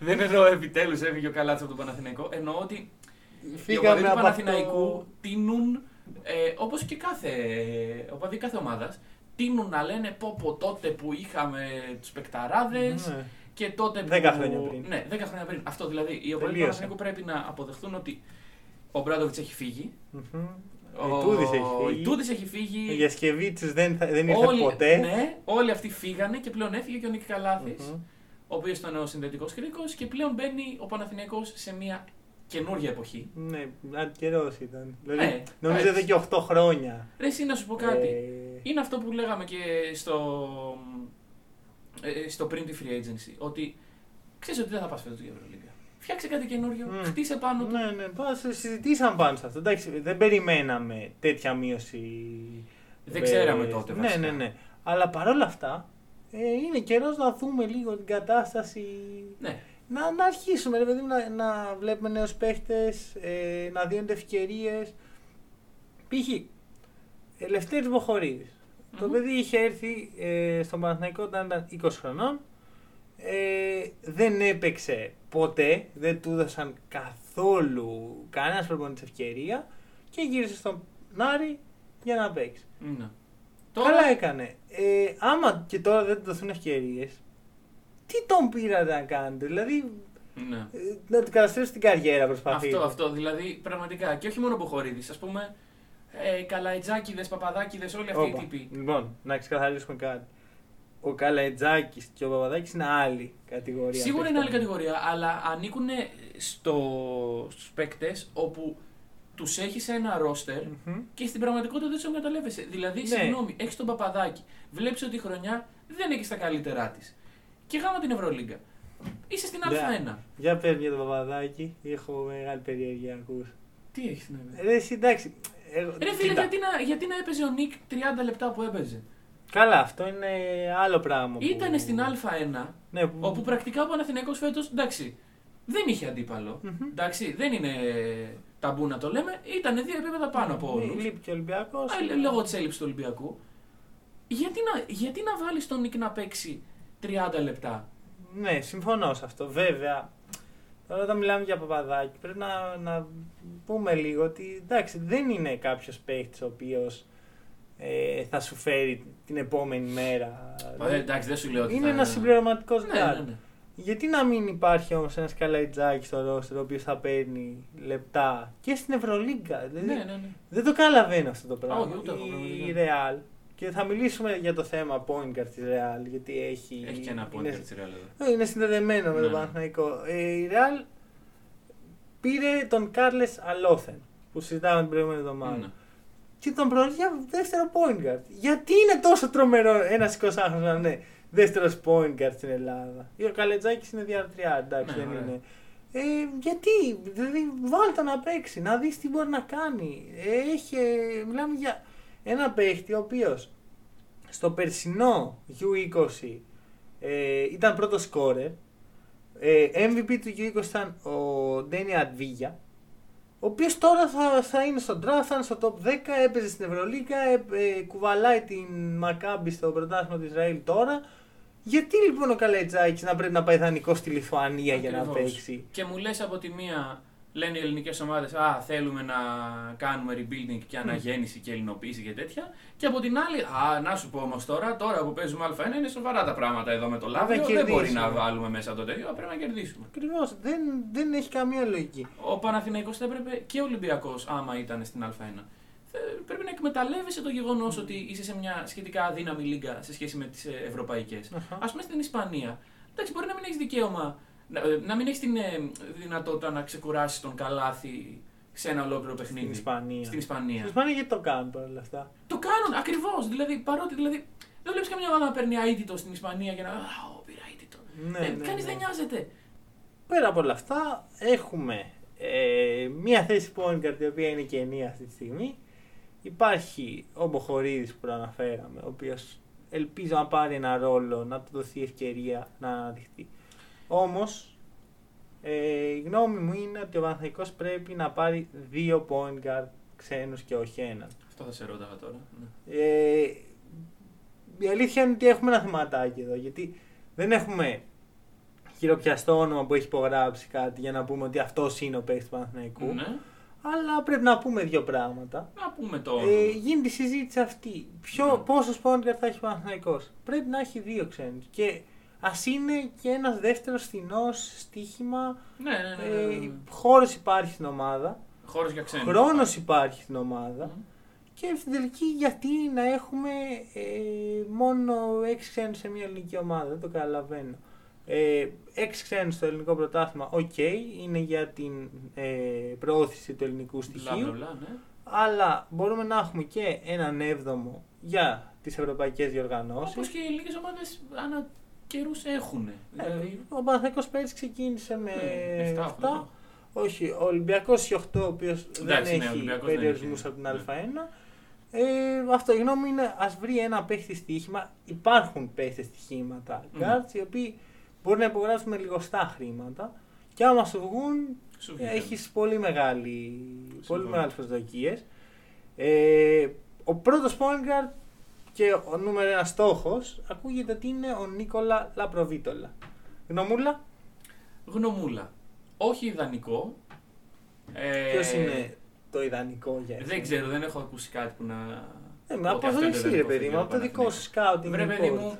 B: δεν εννοώ επιτέλους έφυγε ο Καλάτσο από τον Παναθηναϊκό. Εννοώ ότι οι οπαδοί
A: από
B: του
A: αυτό-
B: Παναθηναϊκού τίνουν, ε, όπως και κάθε ε, οπαδοί κάθε ομάδας, τίνουν να λένε πω πω τότε που είχαμε τους πεκταράδε
A: Ναι.
B: και τότε που.
A: Δέκα χρόνια πριν.
B: Ναι, 10 χρόνια πριν. Αυτό δηλαδή. Οι οπαδοί του
A: Τελείωσε.
B: Παναθηναϊκού πρέπει να αποδεχθούν ότι ο Μπράντοβιτ έχει φύγει.
A: Μμμ.
B: ο-
A: Ε, Η Τούδης έχει
B: Η
A: φύγει.
B: Τούδης έχει φύγει.
A: Η διασκευή του δεν, θα- δεν ήρθε ποτέ.
B: Ναι, όλοι αυτοί φύγανε και πλέον έφυγε και ο Νίκης Καλάθης,
A: Μμμ.
B: ο οποίος ήταν ο συνδετικός κρίκος και πλέον μπαίνει ο Παναθηναϊκός σε μια καινούργια εποχή.
A: Ναι, αν καιρός ήταν. Δηλαδή,
B: Ναι,
A: νομίζω
B: έτσι.
A: εδώ και 8 χρόνια.
B: Ρε, εσύ να σου πω κάτι.
A: Ε,
B: Είναι αυτό που λέγαμε και στο, ε, στο πριν τη free agency. Ότι ξέρεις ότι δεν θα πας φέτος για Ευρωλίγκα. Φτιάξε κάτι καινούριο,
A: Μμ.
B: χτίσε πάνω του.
A: ναι, ναι, πας, συζητήσαμε πάνω σε αυτό. Εντάξει, δεν περιμέναμε τέτοια μείωση.
B: Δεν
A: ε,
B: ξέραμε τότε,
A: Ναι,
B: βασικά.
A: ναι, ναι. Αλλά παρόλα αυτά, ε, είναι καιρός να δούμε λίγο την κατάσταση.
B: Ναι.
A: Να, να αρχίσουμε, ρε παιδί μου, να, να βλέπουμε νέους παίχτες, ε, να δίνονται ευκαιρίες. Π.χ. Ελευθέρης Βοχορίδη. Το
B: Μμμ.
A: παιδί είχε έρθει ε, στον Παναθηναϊκό όταν ήταν 20 χρονών. Ε, δεν έπαιξε ποτέ, δεν του έδωσαν καθόλου κανένας προπονητής ευκαιρία και γύρισε στον Νάρη για να παίξει.
B: Ναι.
A: Καλά έκανε. Ε, άμα και τώρα δεν του δοθούν ευκαιρίες, τι τον πήρατε να κάνετε, δηλαδή
B: Ναι.
A: ε, να του καταστρέψει την καριέρα προσπαθείτε.
B: Αυτό, αυτό. Δηλαδή, πραγματικά. Και όχι μόνο Μποχορίδης. Ας πούμε, ε, Καλαϊτζάκηδες, Παπαδάκηδες, όλοι αυτοί οι
A: Όπα.
B: τύποι.
A: Λοιπόν, να ξεκαθαρίσουμε κάτι. Ο Καλατζάκη και ο Παπαδάκης είναι άλλη κατηγορία.
B: Σίγουρα είναι άλλη
A: παιχτών.
B: κατηγορία, αλλά ανήκουν στο, στους παίκτες όπου τους έχεις ένα ρόστερ
A: Μμμ.
B: και στην πραγματικότητα δεν τους εγκαταλεύεσαι. Δηλαδή,
A: Ναι.
B: συγγνώμη, έχεις τον παπαδάκι. Βλέπεις ότι η χρονιά δεν έχει τα καλύτερά της. Και γάμα την Ευρωλίγκα. Είσαι στην
A: Ναι.
B: Α1.
A: Για πες για το παπαδάκι, έχω μεγάλη περιέργεια να ακούς.
B: Τι έχεις στην Ευρωλίγκα.
A: Ρε εσύ, εντάξει. Εγώ,
B: Ρε φίλε, γιατί να, γιατί να έπαιζε ο Νικ 30 λεπτά που έπαιζε.
A: Καλά, αυτό είναι άλλο πράγμα. που-
B: Ήτανε στην Α1
A: Ναι, που...
B: Όπου πρακτικά ο Παναθηναϊκός φέτος, εντάξει, δεν είχε αντίπαλο.
A: Μμμ.
B: Εντάξει, δεν είναι ταμπού να το λέμε. Ήταν δύο επίπεδα πάνω από
A: Ναι,
B: όλους.
A: Λείπει και ο Ολυμπιακός.
B: Α, λέ- Λόγω της έλλειψης του Ολυμπιακού. Γιατί να, γιατί να βάλεις τον Νίκ να παίξει 30 λεπτά
A: Ναι, συμφωνώ σε αυτό. Βέβαια, τώρα όταν μιλάμε για παπαδάκι, πρέπει να, να πούμε λίγο ότι εντάξει, δεν είναι κάποιος παίχτης ο οποίος ε, θα σου φέρει την επόμενη μέρα.
B: Μα, ε, εντάξει, δεν σου λέω ότι
A: είναι
B: θα...
A: ένας συμπληρωματικός
B: ναι, ναι, ναι.
A: Γιατί να μην υπάρχει όμως ένας καλαϊτζάκι στο ρόστερ ο οποίος θα παίρνει λεπτά και στην Ευρωλίγκα. Δηλαδή,
B: ναι, ναι, ναι.
A: Δεν το καταλαβαίνω αυτό το πράγμα.
B: όχι, ούτε εγώ, πραγματικά.
A: η Real. Και θα μιλήσουμε για το θέμα point guard της Real. Γιατί έχει.
B: Έχει και ένα point
A: είναι-
B: guard της Real εδώ.
A: Ε, Είναι συνδεδεμένο με
B: Ναι,
A: τον
B: ναι.
A: Παναθηναϊκό. Ε, η Real πήρε τον Κάρλες Αλόθεν που συζητάμε την προηγούμενη εβδομάδα.
B: Ναι.
A: Και τον προορίζει για δεύτερο point guard. Γιατί είναι τόσο τρομερό ένας 20χρονο να είναι δεύτερος point guard στην Ελλάδα. Ή ο Καλετζάκης είναι διαρτριά, εντάξει
B: Ναι,
A: δεν
B: ωραία.
A: είναι. Ε, γιατί, δηλαδή βάλ το να παίξει, να δεις τι μπορεί να κάνει. Ε, Έχει, ε, μιλάμε για ένα παίχτη ο οποίος στο περσινό U20 ε, ήταν πρώτο σκόρερ. Ε, MVP του U20 ήταν ο Ντένι Αντβίγια. Ο οποίος τώρα θα, θα είναι στο draft, θα είναι στο top 10, έπαιζε στην Ευρωλίγα, ε, ε, κουβαλάει την Μακάμπη στο πρωτάθλημα του Ισραήλ τώρα. Γιατί λοιπόν ο Καλετζάκη να πρέπει να πάει δανεικό στη Λιθουανία για να
B: Ακριβώς.
A: παίξει.
B: Και μου λες από τη μία, λένε οι ελληνικές ομάδες, Α, θέλουμε να κάνουμε rebuilding και αναγέννηση και ελληνοποίηση και τέτοια. Και από την άλλη, Α, να σου πω όμως τώρα, τώρα που παίζουμε Α1 είναι σοβαρά τα πράγματα εδώ με το Λάβιο. Δεν
A: κερδίσουμε.
B: μπορεί να βάλουμε μέσα το τέτοιο, πρέπει να κερδίσουμε.
A: Ακριβώς, δεν, δεν έχει καμία λογική.
B: Ο Παναθηναϊκός θα έπρεπε και ο Ολυμπιακός, άμα ήταν στην Α1. Θε- Πρέπει να εκμεταλλεύεσαι το γεγονός ότι είσαι σε μια σχετικά αδύναμη λίγα σε σχέση με τις ευρωπαϊκές.
A: Αχα.
B: Ας πούμε στην Ισπανία. Εντάξει, μπορεί να μην έχεις δικαίωμα, να, ε, να μην έχεις την ε, δυνατότητα να ξεκουράσεις τον καλάθι σε ένα ολόκληρο παιχνίδι.
A: Στην Ισπανία.
B: Στην
A: Στην
B: Ισπανία.
A: Ισπανία γιατί το κάνουν παρόλα αυτά.
B: Το κάνουν ακριβώς. Δηλαδή, παρότι δηλαδή, δεν βλέπεις καμιά ομάδα να παίρνει αίτητο στην Ισπανία και να. Α, ο, πήρα αίτητο.
A: Ναι,
B: ε,
A: ναι,
B: Κανείς
A: ναι.
B: δεν νοιάζεται.
A: Πέρα από όλα αυτά, έχουμε ε, μία θέση point guard η οποία είναι κενή αυτή τη στιγμή. Υπάρχει ο Μποχορίδης που αναφέραμε, ο οποίος ελπίζω να πάρει ένα ρόλο, να του δοθεί ευκαιρία να αναδειχθεί. Όμως, ε, η γνώμη μου είναι ότι ο Παναθαϊκός πρέπει να πάρει δύο point guard ξένους και όχι έναν.
B: Αυτό θα σε ρώταγα τώρα. Ναι.
A: Ε, η αλήθεια είναι ότι έχουμε ένα θεματάκι εδώ, γιατί δεν έχουμε χειροπιαστό όνομα που έχει υπογράψει κάτι για να πούμε ότι αυτός είναι ο παίκτης του Παναθηναϊκού.
B: Ναι.
A: Αλλά πρέπει να πούμε δύο πράγματα.
B: Να πούμε το.
A: Ε, γίνεται η συζήτηση αυτή. Ποιο,
B: Ναι.
A: Πόσους πόντιγκαρ θα έχει ο Παναθηναϊκός. Πρέπει να έχει δύο ξένους. Και ας είναι και ένας δεύτερος φθηνός στοίχημα.
B: Ναι, ναι, ναι. ναι, ναι, ναι.
A: Ε, χώρος υπάρχει στην ομάδα.
B: Χώρος για ξένους.
A: Χρόνος υπάρχει στην ομάδα.
B: Μμμ.
A: Και στην τελική γιατί να έχουμε ε, μόνο 6 ξένους σε μια ελληνική ομάδα, δεν το καταλαβαίνω. Ε, 6 ξένους στο ελληνικό πρωτάθλημα, οκ, είναι για την ε, προώθηση του ελληνικού
B: Μπλα, μπλα,
A: στοιχείου,
B: μπλα, ναι.
A: αλλά μπορούμε να έχουμε και έναν έβδομο για τις ευρωπαϊκές
B: Όπω
A: διοργανώσεις.
B: και οι ελληνικέ ομάδες ανά καιρούς έχουν.
A: Ε,
B: Δηλαδή.
A: ο Παναθαϊκός πέρυσι ξεκίνησε με 7,
B: ναι, εφτά, οχτώ.
A: όχι, ο Ολυμπιακός είχε 8, ο οποίος δεν
B: Εντάξει, ναι, ο
A: έχει
B: Ολυμπιακός δεν
A: περιορισμούς
B: έχει,
A: από την
B: ναι.
A: Α1. Ε, αυτό η γνώμη είναι ας βρει ένα παίχτη στοίχημα. Υπάρχουν παίχτες στοιχήματα
B: Μμμ.
A: guards, οι οποίοι μπορεί να υπογράψουν με λιγοστά χρήματα και άμα σου βγουν
B: Σου βγήκε.
A: έχεις πολύ, μεγάλη, πολύ
B: Συμφωνώ.
A: μεγάλες προσδοκίες. Ε, ο πρώτος point guard και ο νούμερο ένα στόχος ακούγεται ότι είναι ο Νίκολα Λαπροβίτολα. Γνωμούλα,
B: Γνωμούλα. Όχι ιδανικό. Ε,
A: ποιος είναι το ιδανικό για
B: Δεν
A: εσένα?
B: ξέρω, δεν έχω ακούσει κάτι που να.
A: Ε,
B: ότι
A: μα από
B: αυτό
A: εδώ
B: είναι
A: εσύ
B: το
A: ρε
B: ιδανικό
A: παιδί
B: για
A: μου,
B: το
A: από το δικό
B: Παναθηναϊκό.
A: σου σκάουτινγκ
B: Βρε παιδί
A: report.
B: μου.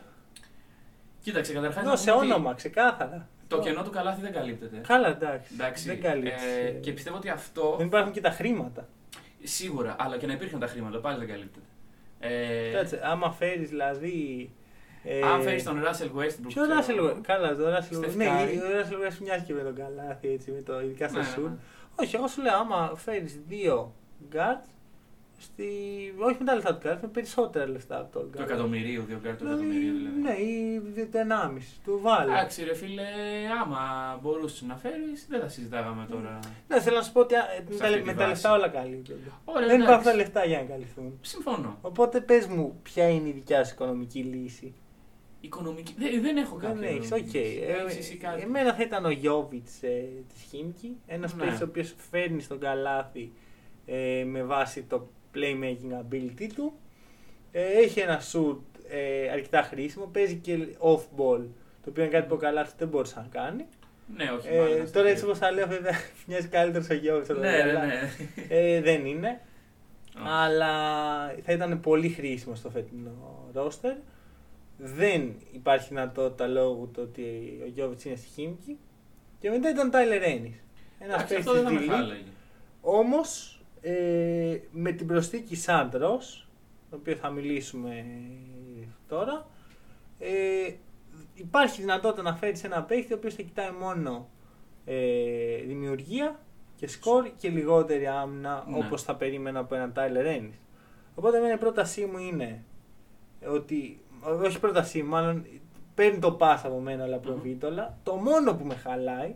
B: Κοίταξε, καταρχάς.
A: Δώσε όνομα, ξεκάθαρα.
B: Το κενό του καλάθι δεν καλύπτεται.
A: Καλά, εντάξει.
B: Εντάξει,
A: Δεν Ε, καλύπτεις.
B: ε, και πιστεύω ότι αυτό.
A: Δεν υπάρχουν και τα χρήματα.
B: Σίγουρα, αλλά και να υπήρχαν τα χρήματα, πάλι δεν καλύπτεται. Ε,
A: Κάτσε, άμα φέρεις δηλαδή. ε,
B: αν φέρεις τον Russell Westbrook.
A: Ποιο
B: ξέρω
A: Russell
B: εγώ.
A: Westbrook. Καλά, το Russell Westbrook. Ναι,
B: Στεφκάρη.
A: ο Russell Westbrook μοιάζει και με τον καλάθι, έτσι, με το, ειδικά στο
B: Ναι,
A: σουτ.
B: ναι.
A: Όχι, εγώ σου λέω, άμα φέρεις δύο guards, στη... όχι με τα λεφτά του guard, με περισσότερα λεφτά από τον guard.
B: Το εκατομμυρίου, δύο κάρτες του
A: Δηλαδή,
B: εκατομμυρίου δηλαδή.
A: Ναι, ή το 1,5 του βάλει.
B: Εντάξει, ρε φίλε, άμα μπορούσες να φέρεις, δεν τα συζητάγαμε τώρα.
A: Ναι, θέλω να σου πω ότι α, με τα, με
B: αυτή τη
A: τα
B: βάση.
A: λεφτά όλα καλύπτονται.
B: Ωραία,
A: Δεν
B: εντάξει.
A: υπάρχουν τα λεφτά για να καλυφθούν.
B: Συμφωνώ.
A: Οπότε πες μου, ποια είναι η δικιά σου οικονομική λύση.
B: Οικονομική. Δεν, δεν έχω
A: Δεν
B: κάποια.
A: έχεις, οκ.
B: οικονομική λύση.
A: Ε,
B: Έχεις εσύ κάτι.
A: Εμένα θα ήταν ο Γιώβιτ ε, της Χίμκι. Ένας
B: Ναι.
A: παίκτης ο οποίος φέρνει στον καλάθι ε, με βάση το playmaking ability του. Ε, έχει ένα shoot ε, αρκετά χρήσιμο. Παίζει και off-ball Το οποίο είναι κάτι που ο Καλάθι δεν μπορούσε να κάνει.
B: Ναι, όχι. μάλλον
A: Ε,
B: αστείο.
A: τώρα έτσι όπως τα λέω, βέβαια, μοιάζει καλύτερος ο Γιώργος.
B: Ναι, ναι, ναι.
A: Ε, δεν είναι.
B: Όχι.
A: Αλλά θα ήταν πολύ χρήσιμο στο φετινό ρόστερ. Δεν υπάρχει δυνατότητα λόγω του ότι ο Γιώβιτ είναι στη Χίμκι. Και μετά ήταν ο Τάιλερ Ένι. Ένας
B: Εντάξει,
A: παίκτη
B: αυτό δεν θα
A: τη
B: με χάλαγε.
A: Όμως ε, με την προσθήκη Σάντρος, το οποίο θα μιλήσουμε τώρα, ε, υπάρχει δυνατότητα να φέρεις ένα παίχτη ο οποίος θα κοιτάει μόνο ε, δημιουργία και σκορ και λιγότερη άμυνα
B: Ναι.
A: όπως θα περίμενα από έναν Tyler Ennis. Οπότε εμένα η πρότασή μου είναι ότι, ό- όχι πρότασή μου, μάλλον παίρνει το pass από μένα αλλά
B: Μμμ.
A: προβίτολα. Το μόνο που με χαλάει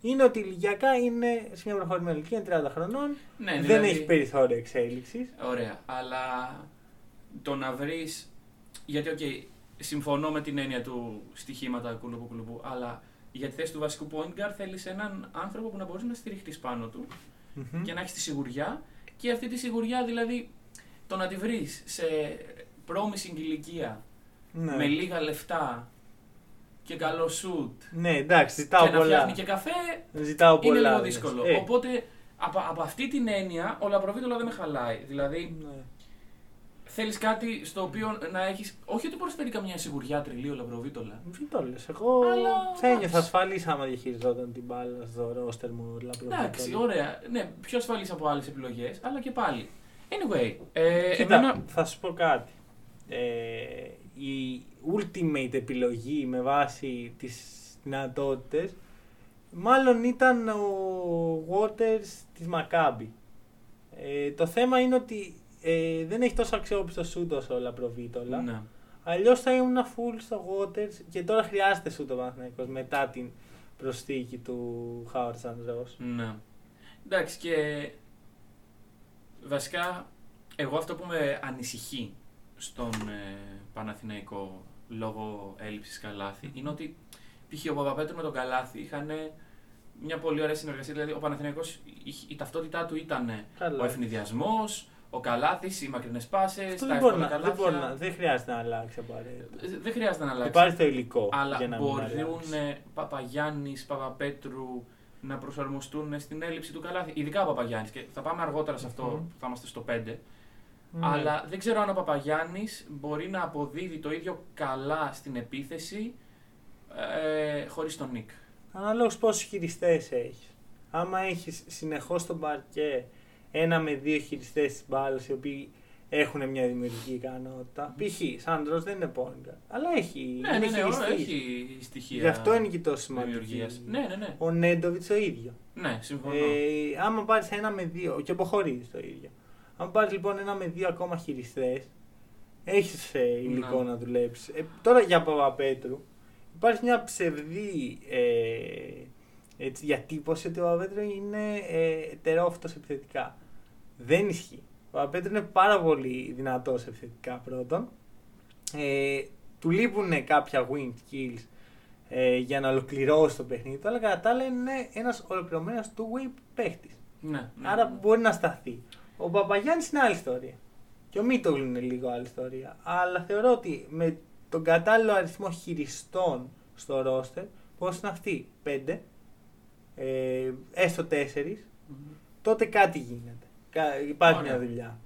A: είναι ότι ηλικιακά είναι σε μια προχωρημένη ηλικία, είναι 30 χρονών,
B: Ναι,
A: δεν
B: δηλαδή-
A: έχει περιθώριο εξέλιξης.
B: Ωραία. Αλλά το να βρεις. Γιατί, οκ, συμφωνώ με την έννοια του στοιχήματα κουλουπού κουλουπού, αλλά για τη θέση του βασικού point guard θέλεις έναν άνθρωπο που να μπορείς να στηριχτείς πάνω του
A: Μμμ.
B: και να έχεις τη σιγουριά. Και αυτή τη σιγουριά, δηλαδή, το να τη βρεις σε promising ηλικία,
A: Ναι.
B: με λίγα λεφτά και καλό σουτ
A: ναι, εντάξει, ζητάω
B: και να
A: πολλά.
B: φτιάχνει και καφέ,
A: Ζητάω πολλά.
B: είναι λίγο
A: λες.
B: δύσκολο.
A: Ε,
B: Οπότε, από, από αυτή την έννοια, ο Λαπροβίτολα δεν με χαλάει. Δηλαδή,
A: ναι.
B: Θέλεις κάτι στο οποίο να έχεις. Όχι ότι προσφέρει καμιά σιγουριά τρελή λαμπροβίτολα.
A: Μην το λες, εγώ
B: Αλλά,
A: θα ένιωθα
B: εντάξει.
A: ασφαλής άμα διαχειριζόταν την μπάλα στο ρόστερ μου. λαπροπιτόλι.
B: Εντάξει, ωραία. Ναι, πιο ασφαλής από άλλες επιλογές, αλλά και πάλι. Anyway, ε,
A: Κοίτα,
B: εμένα.
A: θα σου πω κάτι. Ε, η ultimate επιλογή με βάση τις δυνατότητες μάλλον ήταν ο Waters της Maccabi. Ε, το θέμα είναι ότι ε, δεν έχει τόσο αξιόπιστο σούτ όσο ο Λαπροβίτολα.
B: Ναι.
A: Αλλιώς θα ήμουν full στο Waters και τώρα χρειάζεται σου το Παναθηναϊκός μετά την προσθήκη του Howard Sandros.
B: ναι. Εντάξει, και. Βασικά, εγώ αυτό που με ανησυχεί στον ε, Παναθηναϊκό λόγω έλλειψης καλάθι είναι ότι π.χ. ο Παπαπέτρου με τον καλάθι είχαν μια πολύ ωραία συνεργασία. Δηλαδή, ο Παναθηναϊκός, η, η ταυτότητά του ήταν
A: Καλά.
B: Ο ευνηδιασμός, ο καλάθις, οι μακρινές πάσες,
A: Αυτό δεν
B: τα
A: μπορεί,
B: εύκολα
A: να, δεν, μπορεί να,
B: καλάθια.
A: δεν χρειάζεται να αλλάξει απαραίτητα.
B: Ε, Δεν χρειάζεται να αλλάξει.
A: Υπάρχει το υλικό για
B: Αλλά
A: να μην
B: μπορούν
A: αλλάξει.
B: Παπαγιάννης, Παπαπέτρου να προσαρμοστούν στην έλλειψη του καλάθι. Ειδικά ο Παπαγιάννης. Και θα πάμε αργότερα σε αυτό,
A: Μμμ.
B: που θα είμαστε στο 5.
A: Ναι.
B: Αλλά δεν ξέρω αν ο Παπαγιάννης μπορεί να αποδίδει το ίδιο καλά στην επίθεση ε, χωρίς τον Νικ.
A: Αναλόγως πόσους χειριστές έχεις. Άμα έχεις συνεχώς στον παρκέ ένα με δύο χειριστές της μπάλας οι οποίοι έχουν μια δημιουργική ικανότητα. Π.χ. Σάντρος δεν είναι πόνικα, αλλά έχει.
B: Ναι, ναι,
A: είναι
B: ναι,
A: χειριστής.
B: έχει στοιχεία.
A: Γι' αυτό είναι και τόσο σημαντική.
B: δημιουργίας. Ναι, ναι, ναι.
A: Ο Νέντοβιτς το ίδιο.
B: Ναι, συμφωνώ.
A: Ε, άμα πάρεις ένα με δύο, και αποχωρεί το ίδιο. Αν πάρεις λοιπόν ένα με δύο ακόμα χειριστές, έχεις ε, υλικό
B: Ναι.
A: να δουλέψεις. τώρα για Παπαπέτρου, υπάρχει μια ψευδή ε, έτσι, διατύπωση ότι ο Παπαπέτρου είναι ε, τερόφυτο επιθετικά. Δεν ισχύει. Ο Παπαπέτρου είναι πάρα πολύ δυνατός επιθετικά πρώτον. Ε, του λείπουν κάποια win skills ε, για να ολοκληρώσει το παιχνίδι του, αλλά κατά τα άλλα είναι ένας ολοκληρωμένος two-way παίχτη.
B: ναι, ναι,
A: Άρα
B: ναι.
A: μπορεί να σταθεί. Ο Παπαγιάννη είναι άλλη ιστορία. Και ο Μίτογλου είναι λίγο άλλη ιστορία. Αλλά θεωρώ ότι με τον κατάλληλο αριθμό χειριστών στο ρόστερ, πώ είναι αυτοί, 5, ε, έστω 4,
B: Μμμ.
A: τότε κάτι γίνεται. Κα- Υπάρχει
B: Ωραία.
A: μια δουλειά.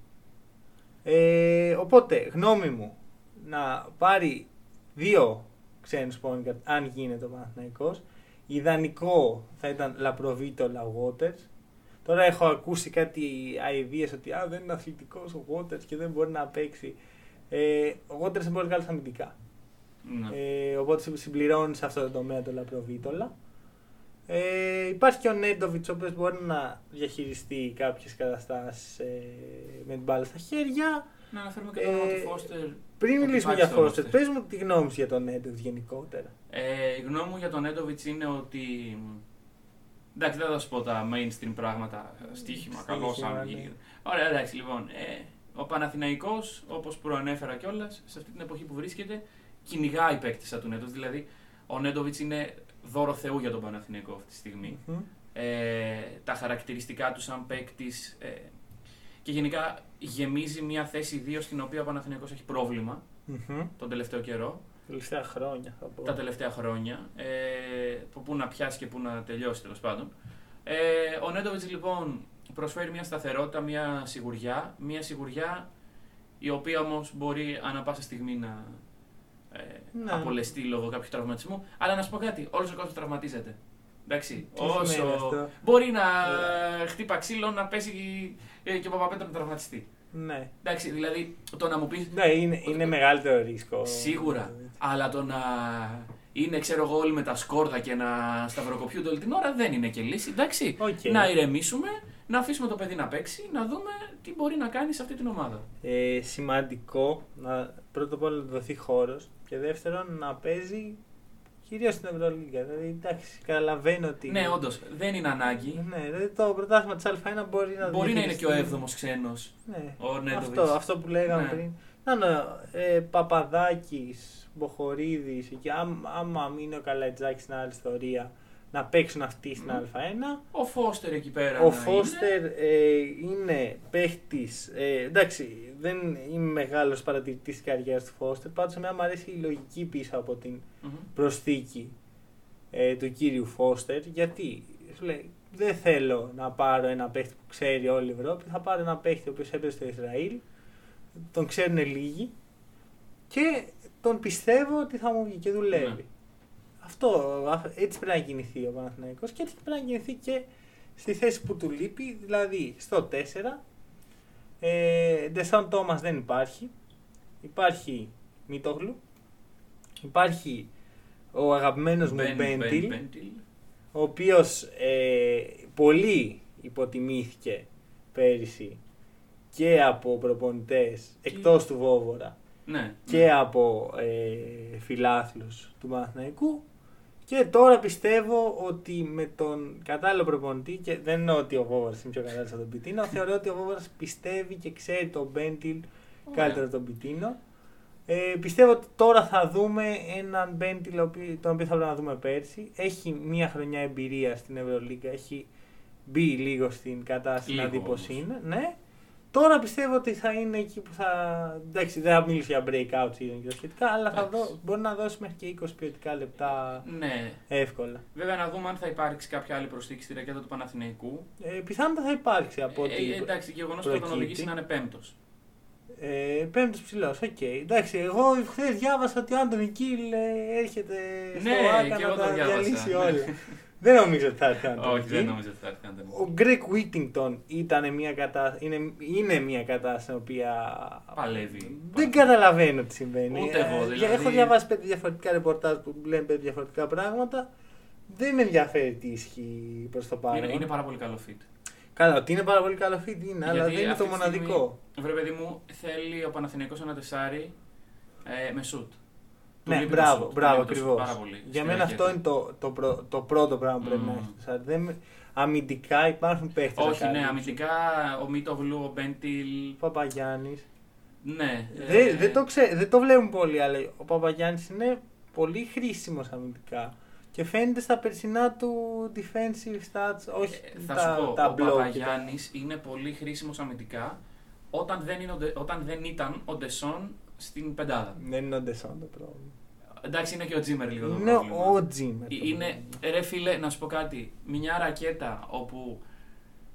A: Ε, οπότε, γνώμη μου, να πάρει δύο ξένους point guard, αν γίνεται ο Παναθηναϊκός. Ιδανικό θα ήταν Λαπροβίτολα Waters. Τώρα έχω ακούσει κάτι αηδίες ότι α, δεν είναι αθλητικός ο Waters και δεν μπορεί να παίξει. Ε, ο Waters είναι πολύ καλός αμυντικά.
B: Ναι.
A: Ε, οπότε συμπληρώνει σε αυτό το τομέα το Λαπροβίτολα. Ε, υπάρχει και ο Νέντοβιτ, ο οποίος μπορεί να διαχειριστεί κάποιες καταστάσεις με την μπάλα στα χέρια.
B: Να αναφέρουμε και το όνομα
A: Ε,
B: του Φώστερ.
A: Πριν
B: Ότι
A: μιλήσουμε
B: υπάρχει
A: για
B: στο
A: Φώστερ,
B: roster.
A: πες μου τη γνώμη σου για τον Νέντοβιτ γενικότερα.
B: Ε, η γνώμη μου για τον Έντοβιτ είναι ότι. Εντάξει, δεν θα σου πω τα mainstream πράγματα. Στοίχημα,
A: Στοίχημα,
B: καλό
A: ναι.
B: αν γίνει. Ωραία, εντάξει, λοιπόν. Ε, ο Παναθηναϊκός, όπως προανέφερα κιόλας, σε αυτή την εποχή που βρίσκεται, κυνηγάει παίκτη σαν τον Νέντοβιτ. Δηλαδή, ο Νέντοβιτ είναι δώρο Θεού για τον Παναθηναϊκό αυτή τη στιγμή.
A: Μμμ.
B: ε, τα χαρακτηριστικά του σαν παίκτης. Ε, και γενικά γεμίζει μια θέση 2 στην οποία ο Παναθηναϊκός έχει πρόβλημα
A: Μμμ.
B: τον τελευταίο καιρό.
A: τελευταία χρόνια θα πω.
B: τα τελευταία χρόνια. Ε, που πού να πιάσει και πού να τελειώσει τέλος πάντων. Ε, ο Νέντοβιτ λοιπόν προσφέρει μια σταθερότητα, μια σιγουριά. Μια σιγουριά η οποία όμως μπορεί ανά πάσα στιγμή να ε,
A: Ναι.
B: απολεστεί λόγω κάποιου τραυματισμού. Αλλά να σου πω κάτι, όλος ο κόσμος τραυματίζεται. Εντάξει,
A: Τι σημαίνει
B: όσο
A: αυτό? Ε.
B: μπορεί να χτύπα ξύλο, να πέσει ε, και ο Παπαπέτρο να τραυματιστεί.
A: Ναι.
B: Εντάξει, δηλαδή το να μου πεις
A: Ναι, είναι, είναι μεγάλο ρίσκο.
B: Σίγουρα. Αλλά το να είναι, ξέρω εγώ, όλοι με τα σκόρδα και να σταυροκοπιούνται όλη την ώρα δεν είναι και λύση. Εντάξει.
A: Οκ.
B: Να ηρεμήσουμε, να αφήσουμε το παιδί να παίξει, να δούμε τι μπορεί να κάνει σε αυτή την ομάδα.
A: Ε, σημαντικό να πρώτα απ' όλα να δοθεί χώρος και δεύτερον να παίζει κυρίως στην Ευρωλίγκα. Δηλαδή, εντάξει, καταλαβαίνω ότι.
B: Ναι, όντως δεν είναι ανάγκη.
A: Ναι, δηλαδή το πρωτάθλημα της Α1 μπορεί να
B: Μπορεί να είναι και ο
A: διαχειριστεί.
B: έβδομος ξένος.
A: Ναι.
B: Ο Νέντοβιτς.
A: Αυτό, αυτό που λέγαμε
B: Ναι.
A: πριν. Να, να, ε, Παπαδάκης, Μποχορίδης, και άμ- άμα μείνει ο Καλατζάκης στην άλλη ιστορία, να παίξουν αυτοί στην
B: Μμμ.
A: Α1.
B: Ο Φώστερ εκεί πέρα.
A: Ο
B: να είναι.
A: Φώστερ ε, είναι παίχτης. Ε, εντάξει, δεν είμαι μεγάλος παρατηρητής της καριέρας του Φώστερ. Πάντως, εμένα μου αρέσει η λογική πίσω από την
B: Μμμ.
A: προσθήκη ε, του κύριου Φώστερ. Γιατί σου λέει, δεν θέλω να πάρω ένα παίχτη που ξέρει όλη η Ευρώπη. Θα πάρω ένα παίχτη ο οποίος έπαιζε στο Ισραήλ. Τον ξέρουν λίγοι. Και τον πιστεύω ότι θα μου βγει και δουλεύει.
B: Ναι.
A: Αυτό, α- έτσι πρέπει να κινηθεί ο Παναθηναϊκός και έτσι πρέπει να κινηθεί και στη θέση που του λείπει, δηλαδή στο 4. Ε, Ντεσάν Τόμας δεν υπάρχει. Υπάρχει Μίτογλου. Υπάρχει ο αγαπημένος μου
B: Μπεν- Μπεν-
A: Μπέντιλ,
B: Μπέντιλ.
A: ο οποίος ε, πολύ υποτιμήθηκε πέρυσι και από προπονητές
B: Και-
A: εκτός του Βόβορα
B: Ναι.
A: και από ε, φιλάθλους του Παναθηναϊκού και τώρα πιστεύω ότι με τον κατάλληλο προπονητή και δεν εννοώ ότι ο Βόβαρας είναι πιο κατάλληλος από τον Πιτίνο θεωρώ ότι ο Βόβαρας πιστεύει και ξέρει τον Μπέντιλ
B: Ωραία.
A: καλύτερα από τον Πιτίνο ε, πιστεύω ότι τώρα θα δούμε έναν Μπέντιλ ο οποίος- τον οποίο θα πρέπει να δούμε πέρσι έχει μία χρονιά εμπειρία στην Ευρωλίγκα έχει μπει λίγο στην κατάσταση να
B: Λίγο
A: δει πώς
B: όμως.
A: είναι ναι. Τώρα πιστεύω ότι θα είναι εκεί που θα. Εντάξει, δεν θα μιλήσω για breakout season και τα σχετικά, αλλά θα
B: Εντάξει.
A: δω, μπορεί να δώσει μέχρι και 20 ποιοτικά λεπτά
B: Ναι.
A: εύκολα.
B: Βέβαια να δούμε αν θα υπάρξει κάποια άλλη προσθήκη στη ρακέτα του Παναθηναϊκού.
A: Ε, πιθανότατα θα υπάρξει από ό,τι.
B: Ε, εντάξει, γεγονός ότι θα
A: προκύπτει.
B: τον οδηγήσει να είναι πέμπτος.
A: Ε, Πέμπτος ψηλός, οκ. Εντάξει, εγώ χθες διάβασα ότι ο Άντωνη Κιλ ε, έρχεται
B: Ναι,
A: στο Άκα
B: και
A: να
B: εγώ το
A: τα
B: διάβασα,
A: διαλύσει
B: ναι.
A: όλα. δεν νομίζω ότι θα έρθει ο Άντωνη
B: Όχι, δεν
A: Κιλ.
B: νομίζω ότι θα έρθει να τον-
A: Ο Γκρέκ Whittington ήταν μια κατα... είναι, είναι μια κατάσταση στην οποία.
B: Παλεύει.
A: Δεν καταλαβαίνω τι συμβαίνει.
B: Ούτε εγώ,
A: Ε,
B: δηλαδή.
A: Έχω διαβάσει πέντε διαφορετικά ρεπορτάζ που λένε πέντε διαφορετικά πράγματα. Δεν με ενδιαφέρει τι ισχύει προς το παρόν.
B: Είναι, είναι πάρα πολύ καλό fit.
A: Καλά, ότι είναι πάρα πολύ καλό feed είναι, αλλά
B: Γιατί
A: δεν είναι
B: αυτή
A: το
B: τη στιγμή,
A: μοναδικό.
B: Βρε παιδί μου, θέλει ο Παναθηναϊκός ένα τεσάρι ε, με σουτ. Του
A: Ναι,
B: λείπει το
A: μπράβο,
B: σουτ,
A: μπράβο
B: του λείπει το σουτ
A: ακριβώς.
B: πάρα πολύ
A: Για
B: στη
A: μένα
B: ρακέτα.
A: αυτό είναι το, το, πρω- το πρώτο πράγμα που πρέπει
B: Μμμ.
A: να έχεις. Σαν δεν με- Αμυντικά υπάρχουν παίχτες.
B: Όχι, ναι, αμυντικά ο Μίτογλου, ο Μπέντιλ.
A: Παπαγιάννης.
B: Ναι. ε,
A: Δεν, δεν, το ξέ, δεν το βλέπουν πολύ, αλλά ο Παπαγιάννης είναι πολύ χρήσιμος αμυντικά. Και φαίνεται στα περσινά του defensive stats, όχι
B: ε, θα
A: τα,
B: σου πω,
A: τα
B: ο
A: block και τα-
B: Παπαγιάννης είναι πολύ χρήσιμος αμυντικά όταν δεν, είναι ο Ντε- όταν δεν ήταν ο Ντεσόν στην πεντάδα.
A: Δεν είναι ο Ντεσόν το πρόβλημα.
B: Εντάξει, είναι και ο Τζίμερ λίγο το
A: είναι
B: πρόβλημα.
A: ο Τζίμερ. το
B: Είναι,
A: πρόβλημα.
B: ρε φίλε, να σου πω κάτι. Μια ρακέτα όπου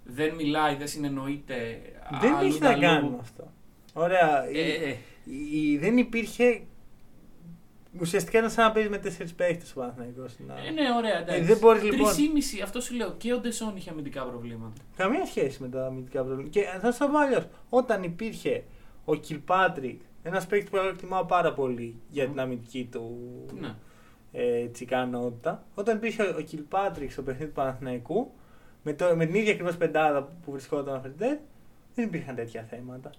B: δεν μιλάει, δεν συνεννοείται.
A: Δεν
B: αλλού
A: έχει
B: τα
A: να
B: αλλού.
A: κάνει με αυτό. Ωραία. η-
B: Ε, ε,
A: η- η- δεν υπήρχε. Ουσιαστικά ήταν σαν να παίζεις με τέσσερις παίχτες ο Παναθυναϊκό.
B: ε, ναι, ωραία, εντάξει.
A: Ε, δεν μπορείς, λοιπόν.
B: Τρισήμιση, αυτό σου λέω. Και ο Ντεσόν είχε αμυντικά προβλήματα.
A: Καμία σχέση με τα αμυντικά προβλήματα. Και θα σα πω αλλιώς. Όταν υπήρχε ο Κιλπάτρικ, ένα παίκτη που εγώ εκτιμάω πάρα πολύ για την αμυντική του
B: Ναι.
A: ε, τσικανότητα, όταν υπήρχε ο Κιλπάτρικ στο παιχνίδι του Παναθηναϊκού, με, το, με την ίδια ακριβώς πεντάδα που βρισκόταν ο Φερντέρ, δεν υπήρχαν τέτοια θέματα.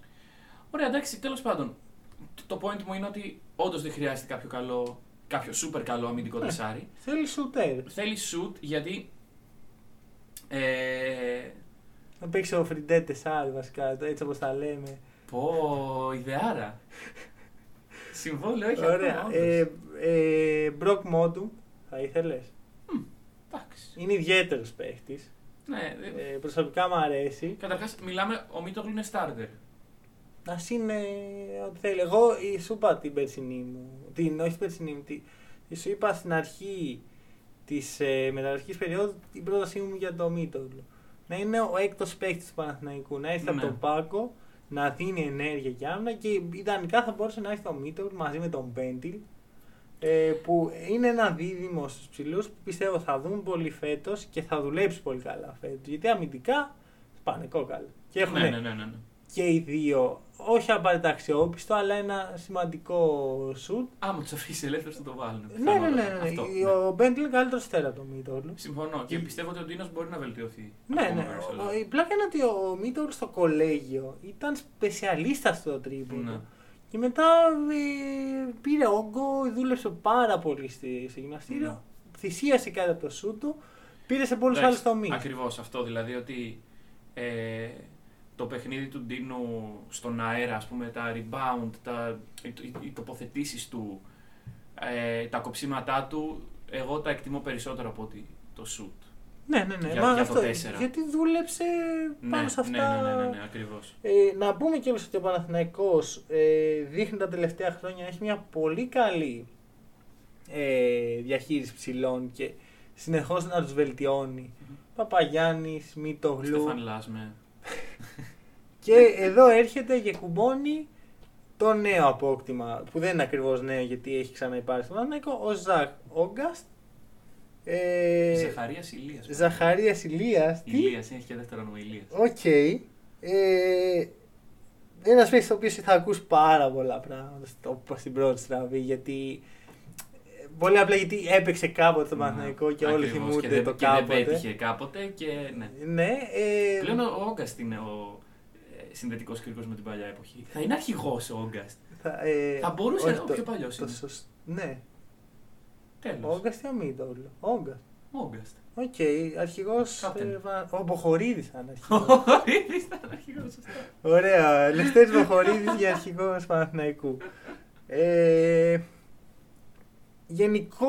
B: Ωραία, εντάξει, τέλος πάντων. Το- Το point μου είναι ότι όντως δεν χρειάζεται κάποιο καλό, κάποιο σούπερ καλό αμυντικό
A: Ναι.
B: τεσάρι.
A: Θέλει σουτέρ.
B: Θέλει shoot γιατί. Ε,
A: Να παίξει ο Φριντέ τεσάρι βασικά, έτσι όπως τα λέμε.
B: πω, ιδεάρα. Συμβόλαιο, όχι ακόμα,
A: Ωραία.
B: όντως.
A: Ε, ε, Μπροκ Μόντου, θα ήθελες.
B: Εντάξει.
A: Είναι ιδιαίτερος παίχτης.
B: Ναι, δε-
A: προσωπικά μου αρέσει.
B: Καταρχάς, μιλάμε, ο Μίτογλου είναι starter.
A: Ας είναι ό,τι θέλει. Εγώ η- σου είπα την περσινή μου. Την, όχι την περσινή μου. Τη, τη σου είπα στην αρχή της ε, μεταγραφική περίοδου την πρότασή μου για το Μίτογλ. Να είναι ο έκτος παίκτη του Παναθηναϊκού. Να έρθει
B: Ναι.
A: από τον Πάκο, να δίνει ενέργεια και άμυνα και ιδανικά θα μπορούσε να έρθει το Μίτογλ μαζί με τον Πέντιλ. Ε, που είναι ένα δίδυμο στους ψηλούς που πιστεύω θα δουν πολύ φέτος και θα δουλέψει πολύ καλά φέτος. Γιατί αμυντικά πάνε κόκαλα. Και έχουν
B: Ναι, ναι, ναι, ναι. ναι.
A: και οι δύο, όχι απαραίτητα αξιόπιστο, αλλά ένα σημαντικό σουτ.
B: Άμα τους αφήσει ελεύθερου θα το βάλουν.
A: Ναι, ναι, ναι.
B: πιθανότατα.
A: ναι.
B: Αυτό, ναι.
A: Ο Μπέντλ είναι καλύτερο στέρα το Μίτολ.
B: Συμφωνώ και πιστεύω ότι ο Ντίνος μπορεί να βελτιωθεί.
A: Ναι,
B: ακόμα
A: ναι.
B: περισσότερο.
A: Ο- Η πλάκα είναι ότι ο Μίτολ στο κολέγιο ήταν σπεσιαλίστας στο τρίποντο.
B: Ναι.
A: Και μετά ε, πήρε όγκο, δούλεψε πάρα πολύ στη, στο γυμναστήριο.
B: Ναι.
A: Θυσίασε κάτι από το σουτ του. Πήρε σε πολλούς άλλους τομείς.
B: Ακριβώς αυτό. Δηλαδή ότι ε, το παιχνίδι του Ντίνου στον αέρα, ας πούμε, τα rebound, τα, οι, οι τοποθετήσεις του, ε, τα κοψίματά του, εγώ τα εκτιμώ περισσότερο από ότι το shoot.
A: Ναι, ναι, ναι.
B: Για-
A: Μα
B: για το
A: αυτό,
B: τέσσερα.
A: γιατί δούλεψε πάνω σε αυτά.
B: ναι, ναι, ναι, ναι, ναι ακριβώς.
A: Ε, να πούμε και ότι ο Παναθηναϊκός ε, δείχνει τα τελευταία χρόνια να έχει μια πολύ καλή ε, διαχείριση ψηλών και συνεχώς να τους βελτιώνει. Παπαγιάννης, Μητογλου
B: Στεφαν Λάσμε.
A: και εδώ έρχεται και κουμπώνει το νέο απόκτημα που δεν είναι ακριβώς νέο γιατί έχει ξαναυπάρξει στον Παναθηναϊκό, ο Ζαχ Όγκαστ.
B: Ε,
A: Ε,
B: Ζαχαρίας Ηλίας.
A: Ζαχαρίας Ηλίας. Τι?
B: Ηλίας, έχει και δεύτερο όνομα Ηλίας.
A: Οκ. Ε, ένα παίκτης ο οποίος θα ακούσει πάρα πολλά πράγματα στο, στην πρώτη στραβή. Γιατί. ε, Πολύ απλά γιατί έπαιξε κάποτε το Παναθηναϊκό και όλοι θυμούνται το
B: Ναι, και δεν-
A: κάποτε.
B: Και δεν πέτυχε κάποτε και ναι.
A: ναι. Ε,
B: Πλέον ο Όγκαστ είναι ο συνδετικός κρίκος με την παλιά εποχή. Θα είναι αρχηγός ο Όγκαστ.
A: θα, ε,
B: θα μπορούσε
A: όχι
B: να- ο
A: το-
B: πιο παλιός
A: το
B: είναι.
A: σωσ- Ναι.
B: Τέλος.
A: Όγκα ή Αμίδαουλο. Όγκα.
B: Όγκαστ.
A: Οκ. Αρχηγός,
B: Κάπτεν.
A: ε, βα- ο Μποχορίδης ήταν αρχηγός.
B: Χωρίς ήταν αρχηγός. σωστά.
A: Ωραία. Ελευθέρης Βοχορίδης για αρχηγός Παναθηναϊκού. Ε, Γενικώς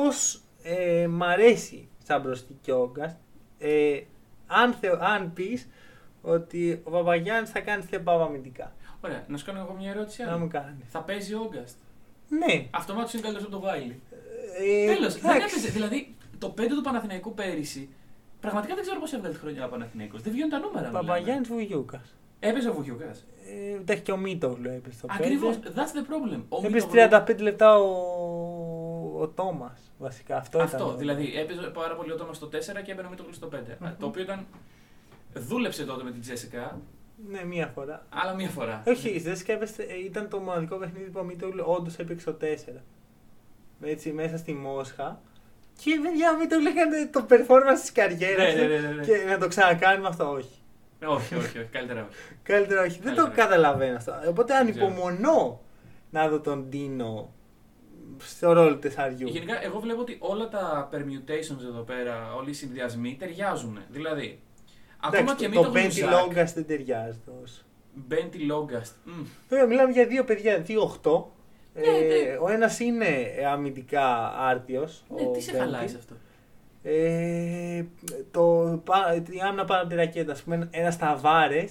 A: ε, μ' αρέσει σαν μπροστική ο Όγκας. Ε, αν, θε, αν πεις ότι ο Παπαγιάννης θα κάνει θεμπάβα αμυντικά.
B: Ωραία, να σου κάνω εγώ μια ερώτηση.
A: Να
B: άλλη.
A: μου κάνεις.
B: Θα παίζει ο Όγκαστ.
A: Ναι.
B: Αυτομάτως είναι καλύτερο από τον Βάιλι.
A: Ε,
B: Τέλος. Δεν
A: εντάξει.
B: έπαιζε. Δηλαδή το 5 του Παναθηναϊκού πέρυσι. Πραγματικά δεν ξέρω πώς έβγαλε τη χρονιά ο Παναθηναϊκός. Δεν βγαίνουν τα νούμερα. μιλάμε.
A: Παπαγιάννης Βουγιούκας.
B: Έπαιζε ο Βουγιουκά.
A: Ε, εντάξει και ο Μίτογλου έπαιζε το
B: Ακριβώ.
A: πέντε.
B: That's the problem. Ο
A: Έπαιζε
B: Μίτογλου-
A: 35 λεπτά ο, ο Τόμας βασικά. Αυτό,
B: Αυτό,
A: ήταν.
B: δηλαδή έπαιζε πάρα πολύ ο Τόμας στο 4 και έμπαινε ο Μίτογλου στο 5.
A: Μμμ.
B: Το οποίο ήταν. Δούλεψε τότε με την Τζέσικα,
A: Ναι, μία φορά.
B: αλλά μία φορά.
A: Όχι, η Ζέσικα έπαιξε- ε, ήταν το μοναδικό παιχνίδι που ο Μίτογλου όντως έπαιξε το 4. Έτσι, μέσα στη Μόσχα. Και παιδιά, μην το λέγανε το performance της καριέρας
B: Ναι, ναι, ναι, ναι, ναι.
A: και να το ξανακάνουμε αυτό, όχι.
B: Ε, όχι, όχι, όχι, καλύτερα όχι.
A: Καλύτερα όχι. Δεν το
B: Καλύτερα.
A: καταλαβαίνω αυτό. Οπότε
B: Δεν ξέρω.
A: ανυπομονώ να δω τον Ντίνο στο ρόλο του τεσσαριού.
B: Γενικά, εγώ βλέπω ότι όλα τα permutations εδώ πέρα, όλοι οι συνδυασμοί ταιριάζουν. Δηλαδή, ακόμα και
A: το
B: Μίτογλου
A: Μπέντι
B: Ζακ,
A: Λόγκα δεν ταιριάζει τόσο.
B: Μπέντι Λόγκαστ. μμ,
A: Βέβαια, μιλάμε για δύο παιδιά, δύο 8.
B: Ναι, ναι.
A: Ο ένας είναι αμυντικά άρτιος.
B: Ναι, τι σε χαλάει σε αυτό.
A: Ε, το, πα- η άμυνα πάνω από τη ρακέτα, ας πούμε, ένα ταβάρε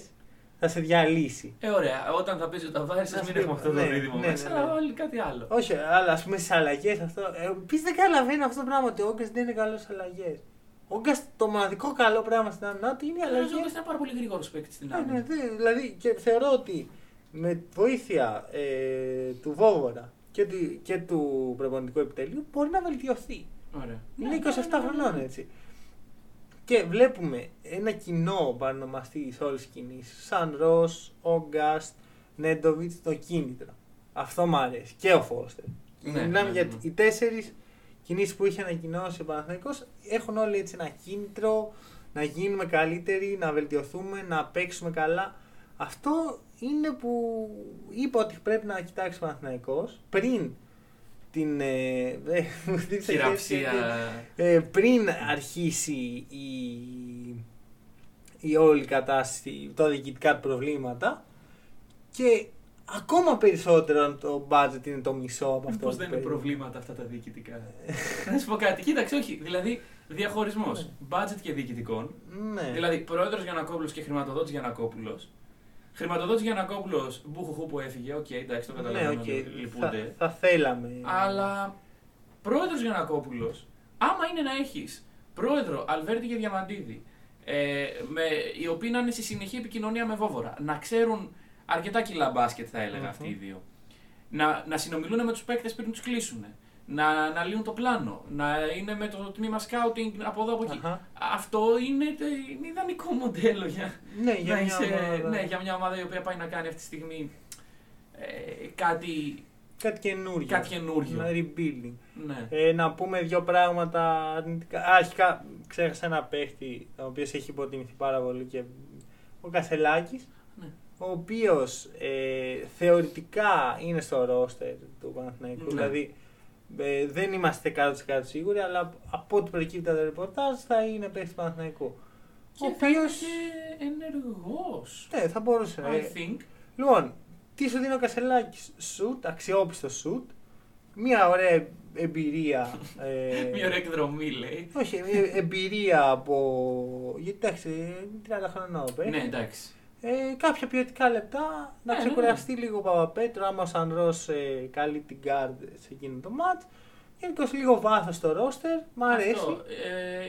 A: θα σε διαλύσει.
B: Ε, ωραία, όταν θα παίζει ο Ταβάρη,
A: Να
B: α μην
A: σου
B: έχουμε
A: πω,
B: αυτό το
A: ναι,
B: δίδυμο
A: ναι,
B: μέσα,
A: ναι, ναι.
B: αλλά όλοι κάτι άλλο.
A: Όχι, αλλά ας πούμε στις αλλαγές αυτό. Ε, Επίση δεν καταλαβαίνω αυτό το πράγμα ότι ο Όγκας δεν είναι καλός σε αλλαγές. Ο Όγκας το μοναδικό καλό πράγμα στην άμυνα του είναι οι
B: Αλλά ο Ζόγκας
A: αλλαγέ.
B: ήταν πάρα πολύ γρήγορος παίκτης στην
A: Ναι, ναι,
B: άμυνα.
A: δε- δηλαδή και θεωρώ ότι με βοήθεια ε, του Βόβορα και του, και του προπονητικού επιτελείου μπορεί να βελτιωθεί.
B: Ωραία.
A: Είναι
B: Ναι,
A: 27
B: ναι, ναι, ναι,
A: χρονών ε.
B: ναι.
A: έτσι. Και βλέπουμε ένα κοινό παρονομαστή σε όλες τις κινήσεις. Σαν Ρος, Όγκαστ, Νέντοβιτς, το κίνητρο. Αυτό μου αρέσει. Και ο Φώστερ.
B: Ναι,
A: Μιλάμε
B: ναι,
A: για
B: ναι.
A: οι τέσσερις κινήσεις που είχε ανακοινώσει ο Παναθηναϊκός έχουν όλοι έτσι ένα κίνητρο να γίνουμε καλύτεροι, να βελτιωθούμε, να παίξουμε καλά. Αυτό είναι που είπα ότι πρέπει να κοιτάξει ο Παναθηναϊκός πριν την. Ε, ε, μου χτύπησε η
B: Χειραψία.
A: χέρι, ε, πριν αρχίσει η, η όλη κατάσταση, τα διοικητικά προβλήματα και ακόμα περισσότερο αν το budget είναι το μισό από αυτό. που
B: Πώ δεν είναι
A: περίμενα.
B: προβλήματα αυτά τα διοικητικά. Να σου πω κάτι. Κοίταξε, όχι. Δηλαδή, διαχωρισμός budget και διοικητικών.
A: Ναι.
B: Δηλαδή, πρόεδρος Γιανακόπουλος και χρηματοδότης Γιανακόπουλος. Χρηματοδότη Γιανακόπουλος μπουχουχού που έφυγε. Οκ, εντάξει, το
A: Ναι,
B: καταλαβαίνω.
A: οκ.
B: ότι
A: Θα,
B: Λυπούνται.
A: θα θέλαμε.
B: Αλλά πρόεδρος Γιανακόπουλος, άμα είναι να έχεις πρόεδρο Αλβέρτη και Διαμαντίδη, ε, με, οι οποίοι να είναι σε συνεχή επικοινωνία με βόβορα, να ξέρουν αρκετά κιλά μπάσκετ, θα ελεγα
A: Μμμ.
B: αυτοί οι δύο. Να, να συνομιλούν με τους παίκτες πριν τους κλείσουν. Να αναλύουν το πλάνο. Να είναι με το τμήμα σκάουτινγκ από εδώ από εκεί.
A: Αχα.
B: Αυτό είναι, το- είναι ιδανικό μοντέλο για,
A: Ναι, για μια
B: να είσαι-
A: ομάδα.
B: ναι, για μια ομάδα η οποία πάει να κάνει αυτή τη στιγμή ε, κάτι,
A: Κάτι καινούριο.
B: κάτι καινούριο.
A: Ένα rebuilding.
B: Ναι.
A: Ε, να πούμε δύο πράγματα αρνητικά. Α, Αρχικά ξέχασα ένα παίχτη ο οποίος έχει υποτιμηθεί πάρα πολύ και ο Κασελάκης
B: Ναι.
A: ο οποίος ε, θεωρητικά είναι στο ρόστερ του Παναθηναϊκού.
B: Ναι.
A: Δηλαδή ε, δεν είμαστε 100% σίγουροι, αλλά από ό,τι προκύπτει από τα ρεπορτάζ θα είναι παίχτη του Παναθηναϊκού.
B: Και
A: ο
B: θα
A: οποίος-
B: είναι ενεργός.
A: Ναι, θα μπορούσε να
B: I think.
A: Λοιπόν, τι σου δίνει ο Κασελάκης, σουτ, αξιόπιστο σουτ, μια ωραία εμπειρία. ε,
B: Μια ωραία εκδρομή λέει.
A: Όχι, ε, εμπειρία από. Γιατί εντάξει, είναι 30 χρονών ο Μπέκ.
B: Ναι, εντάξει.
A: Ε, κάποια ποιοτικά λεπτά να
B: Ναι, ναι,
A: ξεκουραστεί λίγο ο Παπαπέτρου. Άμα ο Σανρό ε, καλεί την γκάρντ σε εκείνο το μάτ. Γενικώς λίγο βάθος στο ρόστερ. Μ' αρέσει.
B: Αυτό,
A: Αυτό.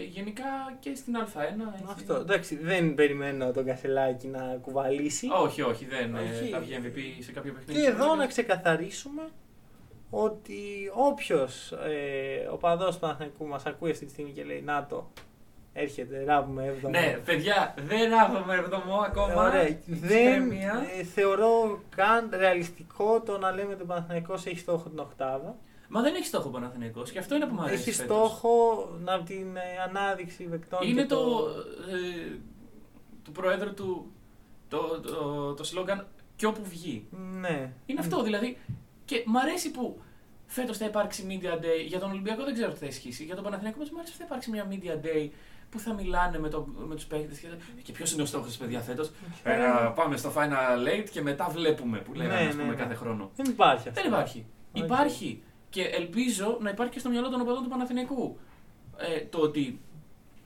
B: ε, γενικά και στην Α1. έχει-
A: Εντάξει, δεν περιμένω τον Κασελάκη να κουβαλήσει.
B: Όχι, όχι, δεν ε,
A: Όχι.
B: θα βγει MVP σε κάποιο παιχνίδι.
A: Και εδώ να ξεκαθαρίσουμε ότι όποιος ε, ο παδός του Παναθηναϊκού μας ακούει αυτή τη στιγμή και λέει «Να το, έρχεται, ράβουμε έβδομο».
B: Ναι, παιδιά, δεν ράβαμε εβδομό ακόμα.
A: Ε, Ωραία. Δεν
B: Ψέμια.
A: ε, θεωρώ καν ρεαλιστικό το να λέμε ότι ο Παναθηναϊκός έχει στόχο την οκτάδα.
B: Μα δεν έχει στόχο ο Παναθηναϊκός και αυτό είναι που μου αρέσει.
A: Έχει
B: φέτος.
A: στόχο να την ε, ανάδειξη βεκτών.
B: Είναι
A: και
B: το, ε, του προέδρου του το, το, το σλόγγαν «Κι όπου βγει».
A: Ναι.
B: Είναι αυτό δηλαδή. Και μ' αρέσει που φέτος θα υπάρξει Media Day. Για τον Ολυμπιακό δεν ξέρω τι θα ισχύσει. Για τον Παναθηναϊκό μας μ' αρέσει που θα υπάρξει μια Media Day που θα μιλάνε με, το, με τους παίκτες. Και, και ποιος είναι ο στόχος παιδιά φέτος. Ε, πάμε στο Final 8 και μετά βλέπουμε που λέγαμε
A: Ναι,
B: ας πούμε,
A: ναι, ναι.
B: κάθε χρόνο.
A: Δεν υπάρχει αυτό.
B: Δεν υπάρχει.
A: Όχι.
B: Υπάρχει και ελπίζω να υπάρχει και στο μυαλό των οπαδών του Παναθηναϊκού ε, το ότι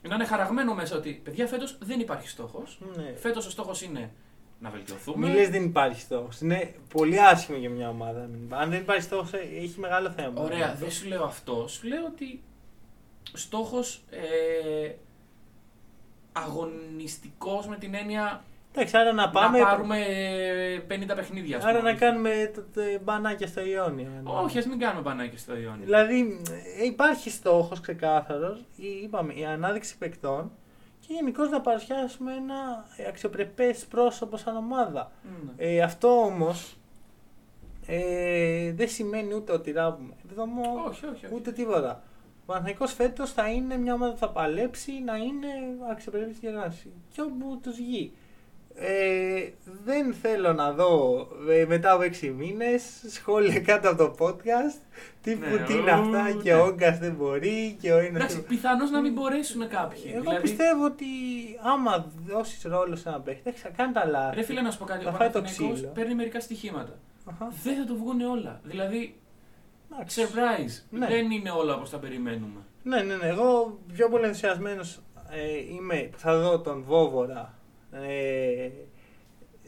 B: να είναι χαραγμένο μέσα ότι παιδιά φέτος δεν υπάρχει στόχος.
A: Ναι.
B: Φέτος ο στόχος είναι να βελτιωθούμε.
A: Μη λες δεν υπάρχει στόχος. Είναι πολύ άσχημο για μια ομάδα. να μην υπά- Αν δεν υπάρχει στόχος ε, έχει μεγάλο θέμα.
B: Ωραία, δεν σου λέω αυτό. Σου λέω ότι στόχος ε, αγωνιστικός με την έννοια
A: Εντάξει, άρα να πάμε.
B: να πάρουμε ε, 50 παιχνίδια. ας
A: Άρα
B: πούμε.
A: να κάνουμε τα- τα μπανάκια στο Ιόνιο.
B: Όχι, ας μην κάνουμε πανάκια στο Ιόνιο.
A: Δηλαδή ε, υπάρχει στόχος ξεκάθαρος, η- είπαμε, η ανάδειξη παικτών και γενικώς να παρουσιάσουμε ένα ε, αξιοπρεπές πρόσωπο σαν ομάδα.
B: Ναι.
A: Ε, αυτό όμως ε, δεν σημαίνει ούτε ότι ράβουμε εβδομό,
B: όχι, όχι. όχι.
A: ούτε τίποτα. Ο Παναθηναϊκός φέτος θα είναι μια ομάδα που θα παλέψει να είναι αξιοπρεπής και γράψη. Και όπου τους βγει. Ε, δεν θέλω να δω ε, μετά από 6 μήνες σχόλια κάτω από το podcast τι
B: Ναι,
A: που τι είναι αυτά
B: ου,
A: και
B: ναι.
A: ο Όγκας δεν μπορεί και ο είναι αυτό.
B: Εντάξει, πιθανώς να μην μπορέσουν κάποιοι.
A: Εγώ
B: δηλαδή,
A: πιστεύω ότι άμα δώσεις ρόλο σε ένα παίχτη θα κάνει τα λάθη.
B: Ρε φίλε, να σου πω κάτι.
A: Θα
B: Ο
A: φάει το
B: Παναθηναϊκός
A: ξύλο.
B: παίρνει μερικά στοιχήματα.
A: Αχα,
B: Δεν θα το βγουν όλα. Δηλαδή,
A: εντάξει.
B: surprise.
A: Ναι.
B: Δεν είναι όλα όπως τα περιμένουμε.
A: Ναι, ναι, ναι. Εγώ πιο πολύ ενθουσιασμένος είμαι που θα δω τον Βόβορα ε,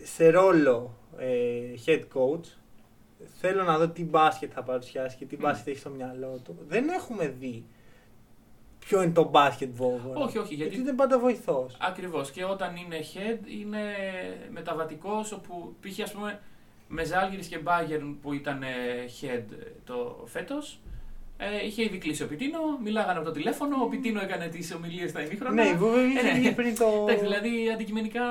A: σε ρόλο ε, head coach. Θέλω να δω τι μπάσκετ θα παρουσιάσει και τι
B: Μμ.
A: μπάσκετ έχει στο μυαλό του. Δεν έχουμε δει ποιο είναι το μπάσκετ Βόβορα.
B: Όχι, όχι, γιατί-
A: δεν πάντα βοηθός.
B: Ακριβώς. Και όταν είναι head, είναι μεταβατικός. Όπου π.χ. ας πούμε με Ζάλγιρι και Bayern που ήταν ε, head το φέτος. Ε, είχε ήδη κλείσει ο Πιτίνο, μιλάγανε από το τηλέφωνο. Ο Πιτίνο έκανε τις ομιλίες στα ημίχρονα.
A: Ναι, η Βόβορα
B: Ε,
A: είχε
B: ναι.
A: βγει πριν το.
B: Εντάξει, δηλαδή αντικειμενικά.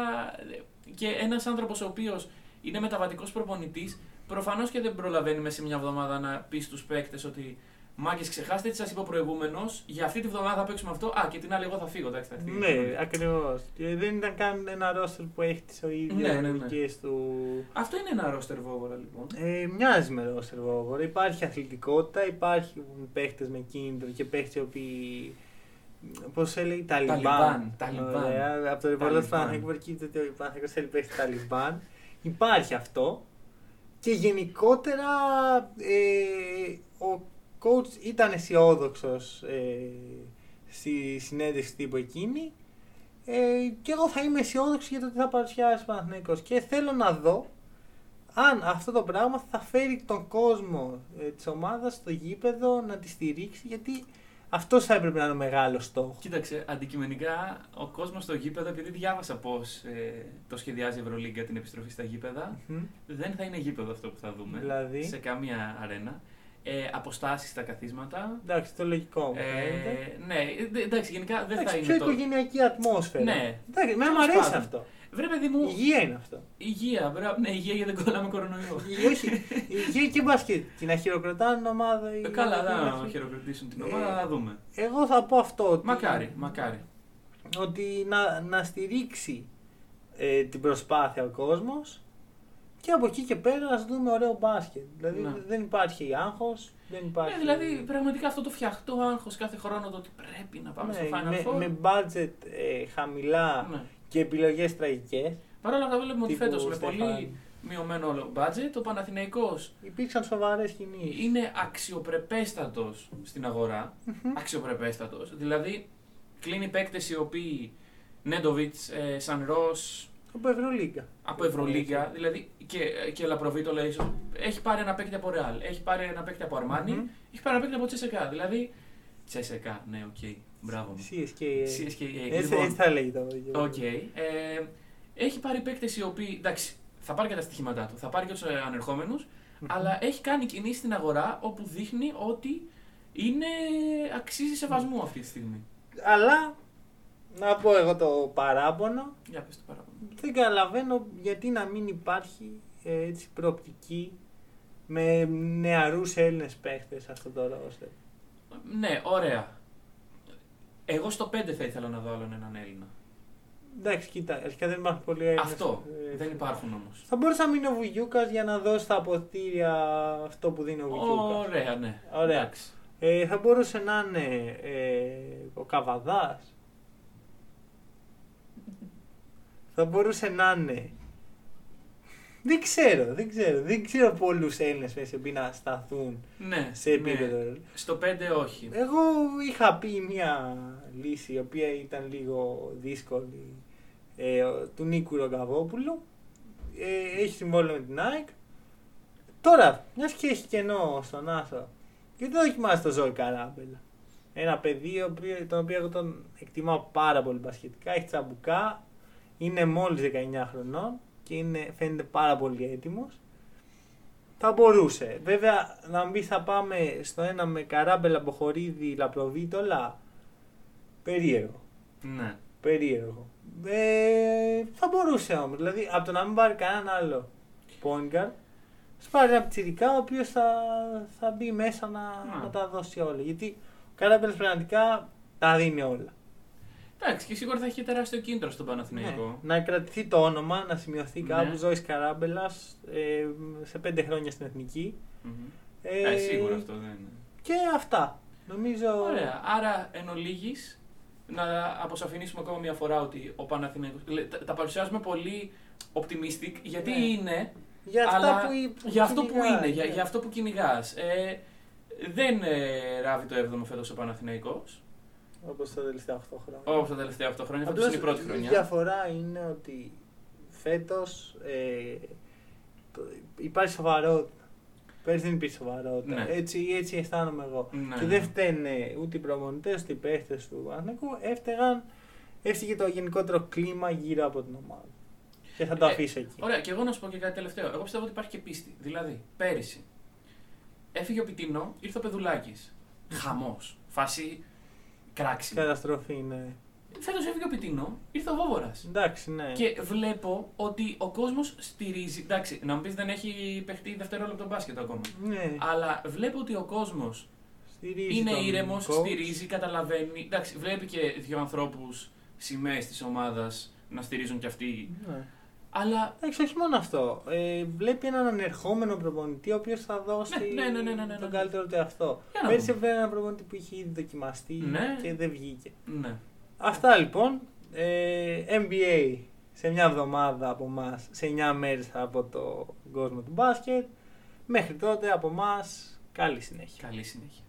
B: ε, Και ένας άνθρωπος ο οποίος είναι μεταβατικός προπονητής, προφανώς και δεν προλαβαίνει μέσα σε μια εβδομάδα να πει στους παίκτες ότι Μάγκες, ξεχάστε τι σας είπα προηγούμενος. Για αυτή τη βδομάδα θα παίξουμε αυτό. Α, και την άλλη, εγώ θα φύγω. Εντάξει, θα έρθει η
A: Ναι, ακριβώς. Δεν ήταν καν ένα ρόστερ που έχει τι ίδιε
B: Ναι, ναι, ναι.
A: του.
B: Αυτό είναι ένα ρόστερ βόβορα λοιπόν.
A: Ε, μοιάζει με ρόστερ Βόβορα. Υπάρχει αθλητικότητα, υπάρχουν παίχτες με κίνητρο και παίχτες οι οποίοι. Πώς έλεγε, Ταλιμπάν. Ε,
B: Ταλιμπάν, Ταλιμπάν.
A: Ωραία, από το ρεπορτάζ του
B: Ταλιμπάν.
A: Παναθηναϊκού προκύπτει ότι ο Παναθηναϊκός θέλει παίχτη Ταλιμπάν. Υπάρχει αυτό. Και γενικότερα ε, ο coach ήταν αισιόδοξος ε, στη συνέντευξη τύπου εκείνη. Ε, και εγώ θα είμαι αισιόδοξη για το τι θα παρουσιάσει ο Παναθηναϊκός και θέλω να δω αν αυτό το πράγμα θα φέρει τον κόσμο ε, της ομάδας στο γήπεδο να τη στηρίξει γιατί αυτός θα έπρεπε να είναι ο μεγάλος στόχος.
B: Κοίταξε, αντικειμενικά ο κόσμος στο γήπεδο, επειδή διάβασα πώς ε, το σχεδιάζει η Ευρωλίγκα την επιστροφή στα γήπεδα,
A: Μμμ.
B: δεν θα είναι γήπεδο αυτό που θα δούμε
A: Δηλαδή?
B: σε καμία αρένα. Ε, Αποστάσεις στα καθίσματα.
A: Εντάξει, το λογικό μου. φαίνεται.
B: Ε, ναι, ε, εντάξει, γενικά δεν θα
A: Εντάξει, πιο
B: είναι το.
A: οικογενειακή ατμόσφαιρα.
B: Ναι.
A: Εντάξει, εμένα μου
B: Τέλος
A: αρέσει
B: πάντων.
A: αυτό.
B: Βρε, παιδί μου,
A: Υγεία είναι αυτό.
B: υγεία. Βρε, ναι, υγεία γιατί δεν κολλάμε κορονοϊό.
A: Υγεία- Όχι, υγεία και μπασκετ. Και να χειροκροτάνε την ομάδα. η-
B: Ε, Καλά, να
A: η-
B: χειροκροτήσουν την
A: Ε,
B: ομάδα, θα δούμε.
A: Εγώ θα πω αυτό. Ότι,
B: Μακάρι, μακάρι.
A: Ότι να, να στηρίξει ε, την προσπάθεια ο κόσμος και από εκεί και πέρα να δούμε ωραίο μπάσκετ. Δηλαδή
B: Ναι.
A: δεν υπάρχει άγχος, δεν υπάρχει.
B: Ναι, δηλαδή πραγματικά αυτό το φτιαχτό άγχος κάθε χρόνο το ότι πρέπει να πάμε
A: Ναι,
B: στο Final
A: με,
B: Four.
A: με budget ε, χαμηλά
B: Ναι.
A: και επιλογές τραγικές.
B: Παρ' όλα αυτά βλέπουμε ότι
A: Τύπου
B: φέτος με
A: Στεφάν.
B: πολύ μειωμένο όλο budget ο Παναθηναϊκός
A: Υπήρξαν σοβαρές κινήσεις.
B: είναι αξιοπρεπέστατος στην αγορά. Αξιοπρεπέστατος. Δηλαδή κλείνει παίκτες οι οποίοι Νέντοβιτς, ε, Σαν Ρος,
A: Από Ευρωλίγκα.
B: από
A: Ναι,
B: Ευρωλίγκα, δηλαδή και, και Λαπροβίτολα ίσως, έχει πάρει ένα παίκτη από Ρεάλ, έχει πάρει ένα παίκτη από Αρμάνι,
A: Μμμ.
B: έχει πάρει ένα παίκτη από Τσεσεκά. Δηλαδή, Τσεσεκά, ναι, οκ, μπράβο μου.
A: CSKA.
B: CSKA,
A: Έτσι,
B: λοιπόν.
A: έτσι θα λέγεται το δικαίωμα.
B: Οκ. Ε, έχει πάρει παίκτες οι οποίοι. εντάξει, θα πάρει και τα στοιχήματά του, θα πάρει και τους ανερχομενου αλλά έχει κάνει κινήσεις στην αγορά όπου δείχνει ότι είναι, αξίζει σεβασμού αυτή τη στιγμή.
A: Αλλά να πω εγώ το παράπονο.
B: Για πες το παράπονο.
A: Δεν καταλαβαίνω γιατί να μην υπάρχει ε, έτσι προοπτική με νεαρούς Έλληνες παίχτες αυτό το ρόστερ.
B: Ναι, ωραία. Εγώ στο 5 θα ήθελα να δω άλλον έναν Έλληνα.
A: Εντάξει, κοίτα, αρχικά δεν υπάρχουν πολλοί Έλληνες.
B: Αυτό.
A: ε,
B: Δεν υπάρχουν όμως.
A: Θα μπορούσε να μείνει ο Βουγιούκας για να δώσει τα αποθήρια αυτό που δίνει ο Βουγιούκας.
B: Ωραία, ναι.
A: Ωραία.
B: Εντάξει.
A: Ε, θα μπορούσε να είναι ε, ο Καβαδάς. θα μπορούσε να είναι... Δεν ξέρω, δεν ξέρω. Δεν ξέρω πολλούς Έλληνες που να σταθούν
B: Ναι,
A: σε
B: ναι.
A: επίπεδο. Ε.
B: Στο 5 όχι.
A: Εγώ είχα πει μια λύση η οποία ήταν λίγο δύσκολη ε, ο- του Νίκου Ρογκαβόπουλου. Ε, έχει συμβόλαιο με την ΑΕΚ. Τώρα, μιας και έχει κενό στον Άσο, γιατί δεν δοκιμάζει το Ζόρι Καράμπελα. Ένα παιδί ο οποίο- τον οποίο εγώ τον εκτιμάω πάρα πολύ πασχετικά. Έχει τσαμπουκά, είναι μόλις 19 χρονών και είναι, φαίνεται πάρα πολύ έτοιμος. Θα μπορούσε. Βέβαια, να μπει θα πάμε στο ένα με καράμπελα, μποχορίδι, λαπροβίτολα. Περίεργο.
B: Ναι.
A: Περίεργο. Ε, θα μπορούσε όμως. Δηλαδή, από το να μην πάρει κανέναν άλλο πόνγκαρ, θα πάρει ένα πτυρικά ο οποίος θα, θα μπει μέσα να,
B: Ναι.
A: να τα δώσει όλα. Γιατί ο καράμπελας πραγματικά τα δίνει όλα.
B: Εντάξει, και σίγουρα θα έχει και τεράστιο κίνητρο στον Παναθηναϊκό.
A: Ναι. Να κρατηθεί το όνομα, να σημειωθεί
B: Ναι.
A: κάπου ζωή καράμπελας ε, σε πέντε χρόνια στην εθνική.
B: Μμμ.
A: Ε,
B: Ε, σίγουρα αυτό δεν είναι.
A: Και αυτά. Νομίζω.
B: Ωραία. Άρα, εν ολίγης, να αποσαφηνίσουμε ακόμα μια φορά ότι ο Παναθηναϊκός... λέ- Τα, τα παρουσιάζουμε πολύ optimistic, γιατί
A: Ναι.
B: είναι...
A: Για αυτά
B: αλλά
A: που, η- που
B: για αυτό που
A: κυνηγάει,
B: είναι, για,
A: ναι.
B: για αυτό που κυνηγάς. Ε, δεν ε, ράβει το 7ο φέτος ο Παναθηναϊκός,
A: Όπως τα τελευταία 8 χρόνια.
B: όπως τα τελευταία 8 χρόνια,
A: Απλώς
B: φέτος είναι η πρώτη
A: Η
B: χρονιά.
A: διαφορά είναι ότι φέτος ε, το- υπάρχει σοβαρότητα. Πέρσι δεν υπήρχε σοβαρότητα.
B: Ναι.
A: Έτσι, έτσι αισθάνομαι εγώ.
B: Ναι,
A: και
B: ναι.
A: δεν φταίνε ούτε οι προμονητές ούτε οι παίχτες του Ανέκου. Έφταιγαν, έφταιγε το γενικότερο κλίμα γύρω από την ομάδα. Και θα το
B: Ε,
A: αφήσω εκεί.
B: Ωραία, και εγώ να σου πω και κάτι τελευταίο. Εγώ πιστεύω ότι υπάρχει και πίστη. Δηλαδή, πέρυσι έφυγε ο Πιτίνο, ήρθε ο Πεδουλάκης. Χαμός. Φάση κράξιμο.
A: Καταστροφή, ναι.
B: Φέτος έφυγε ο Πιτίνο, ήρθε ο Βόβορας.
A: Εντάξει, ναι.
B: Και βλέπω ότι ο κόσμος στηρίζει. Εντάξει, να μου πεις δεν έχει παιχτεί δευτερόλεπτο μπάσκετ ακόμα.
A: Ναι,
B: Αλλά βλέπω ότι ο κόσμος
A: στηρίζει
B: είναι
A: τον
B: ήρεμος,
A: coach.
B: στηρίζει, καταλαβαίνει. Εντάξει, βλέπει και δύο ανθρώπους σημαίες της ομάδας να στηρίζουν κι αυτοί.
A: Ναι.
B: Αλλά.
A: Εντάξει, όχι μόνο αυτό. Ε, βλέπει έναν ανερχόμενο προπονητή ο οποίος θα δώσει
B: Ναι, ναι, ναι, ναι, ναι, ναι,
A: τον
B: ναι.
A: καλύτερο του εαυτό.
B: Για να
A: Πέρσι
B: δούμε.
A: έφερε έναν προπονητή που είχε ήδη δοκιμαστεί
B: Ναι.
A: και δεν βγήκε.
B: Ναι.
A: Αυτά λοιπόν. Ε, NBA σε μια εβδομάδα από εμάς, σε 9 μέρε από το κόσμο του μπάσκετ. Μέχρι τότε από εμάς, καλή συνέχεια.
B: Καλή συνέχεια.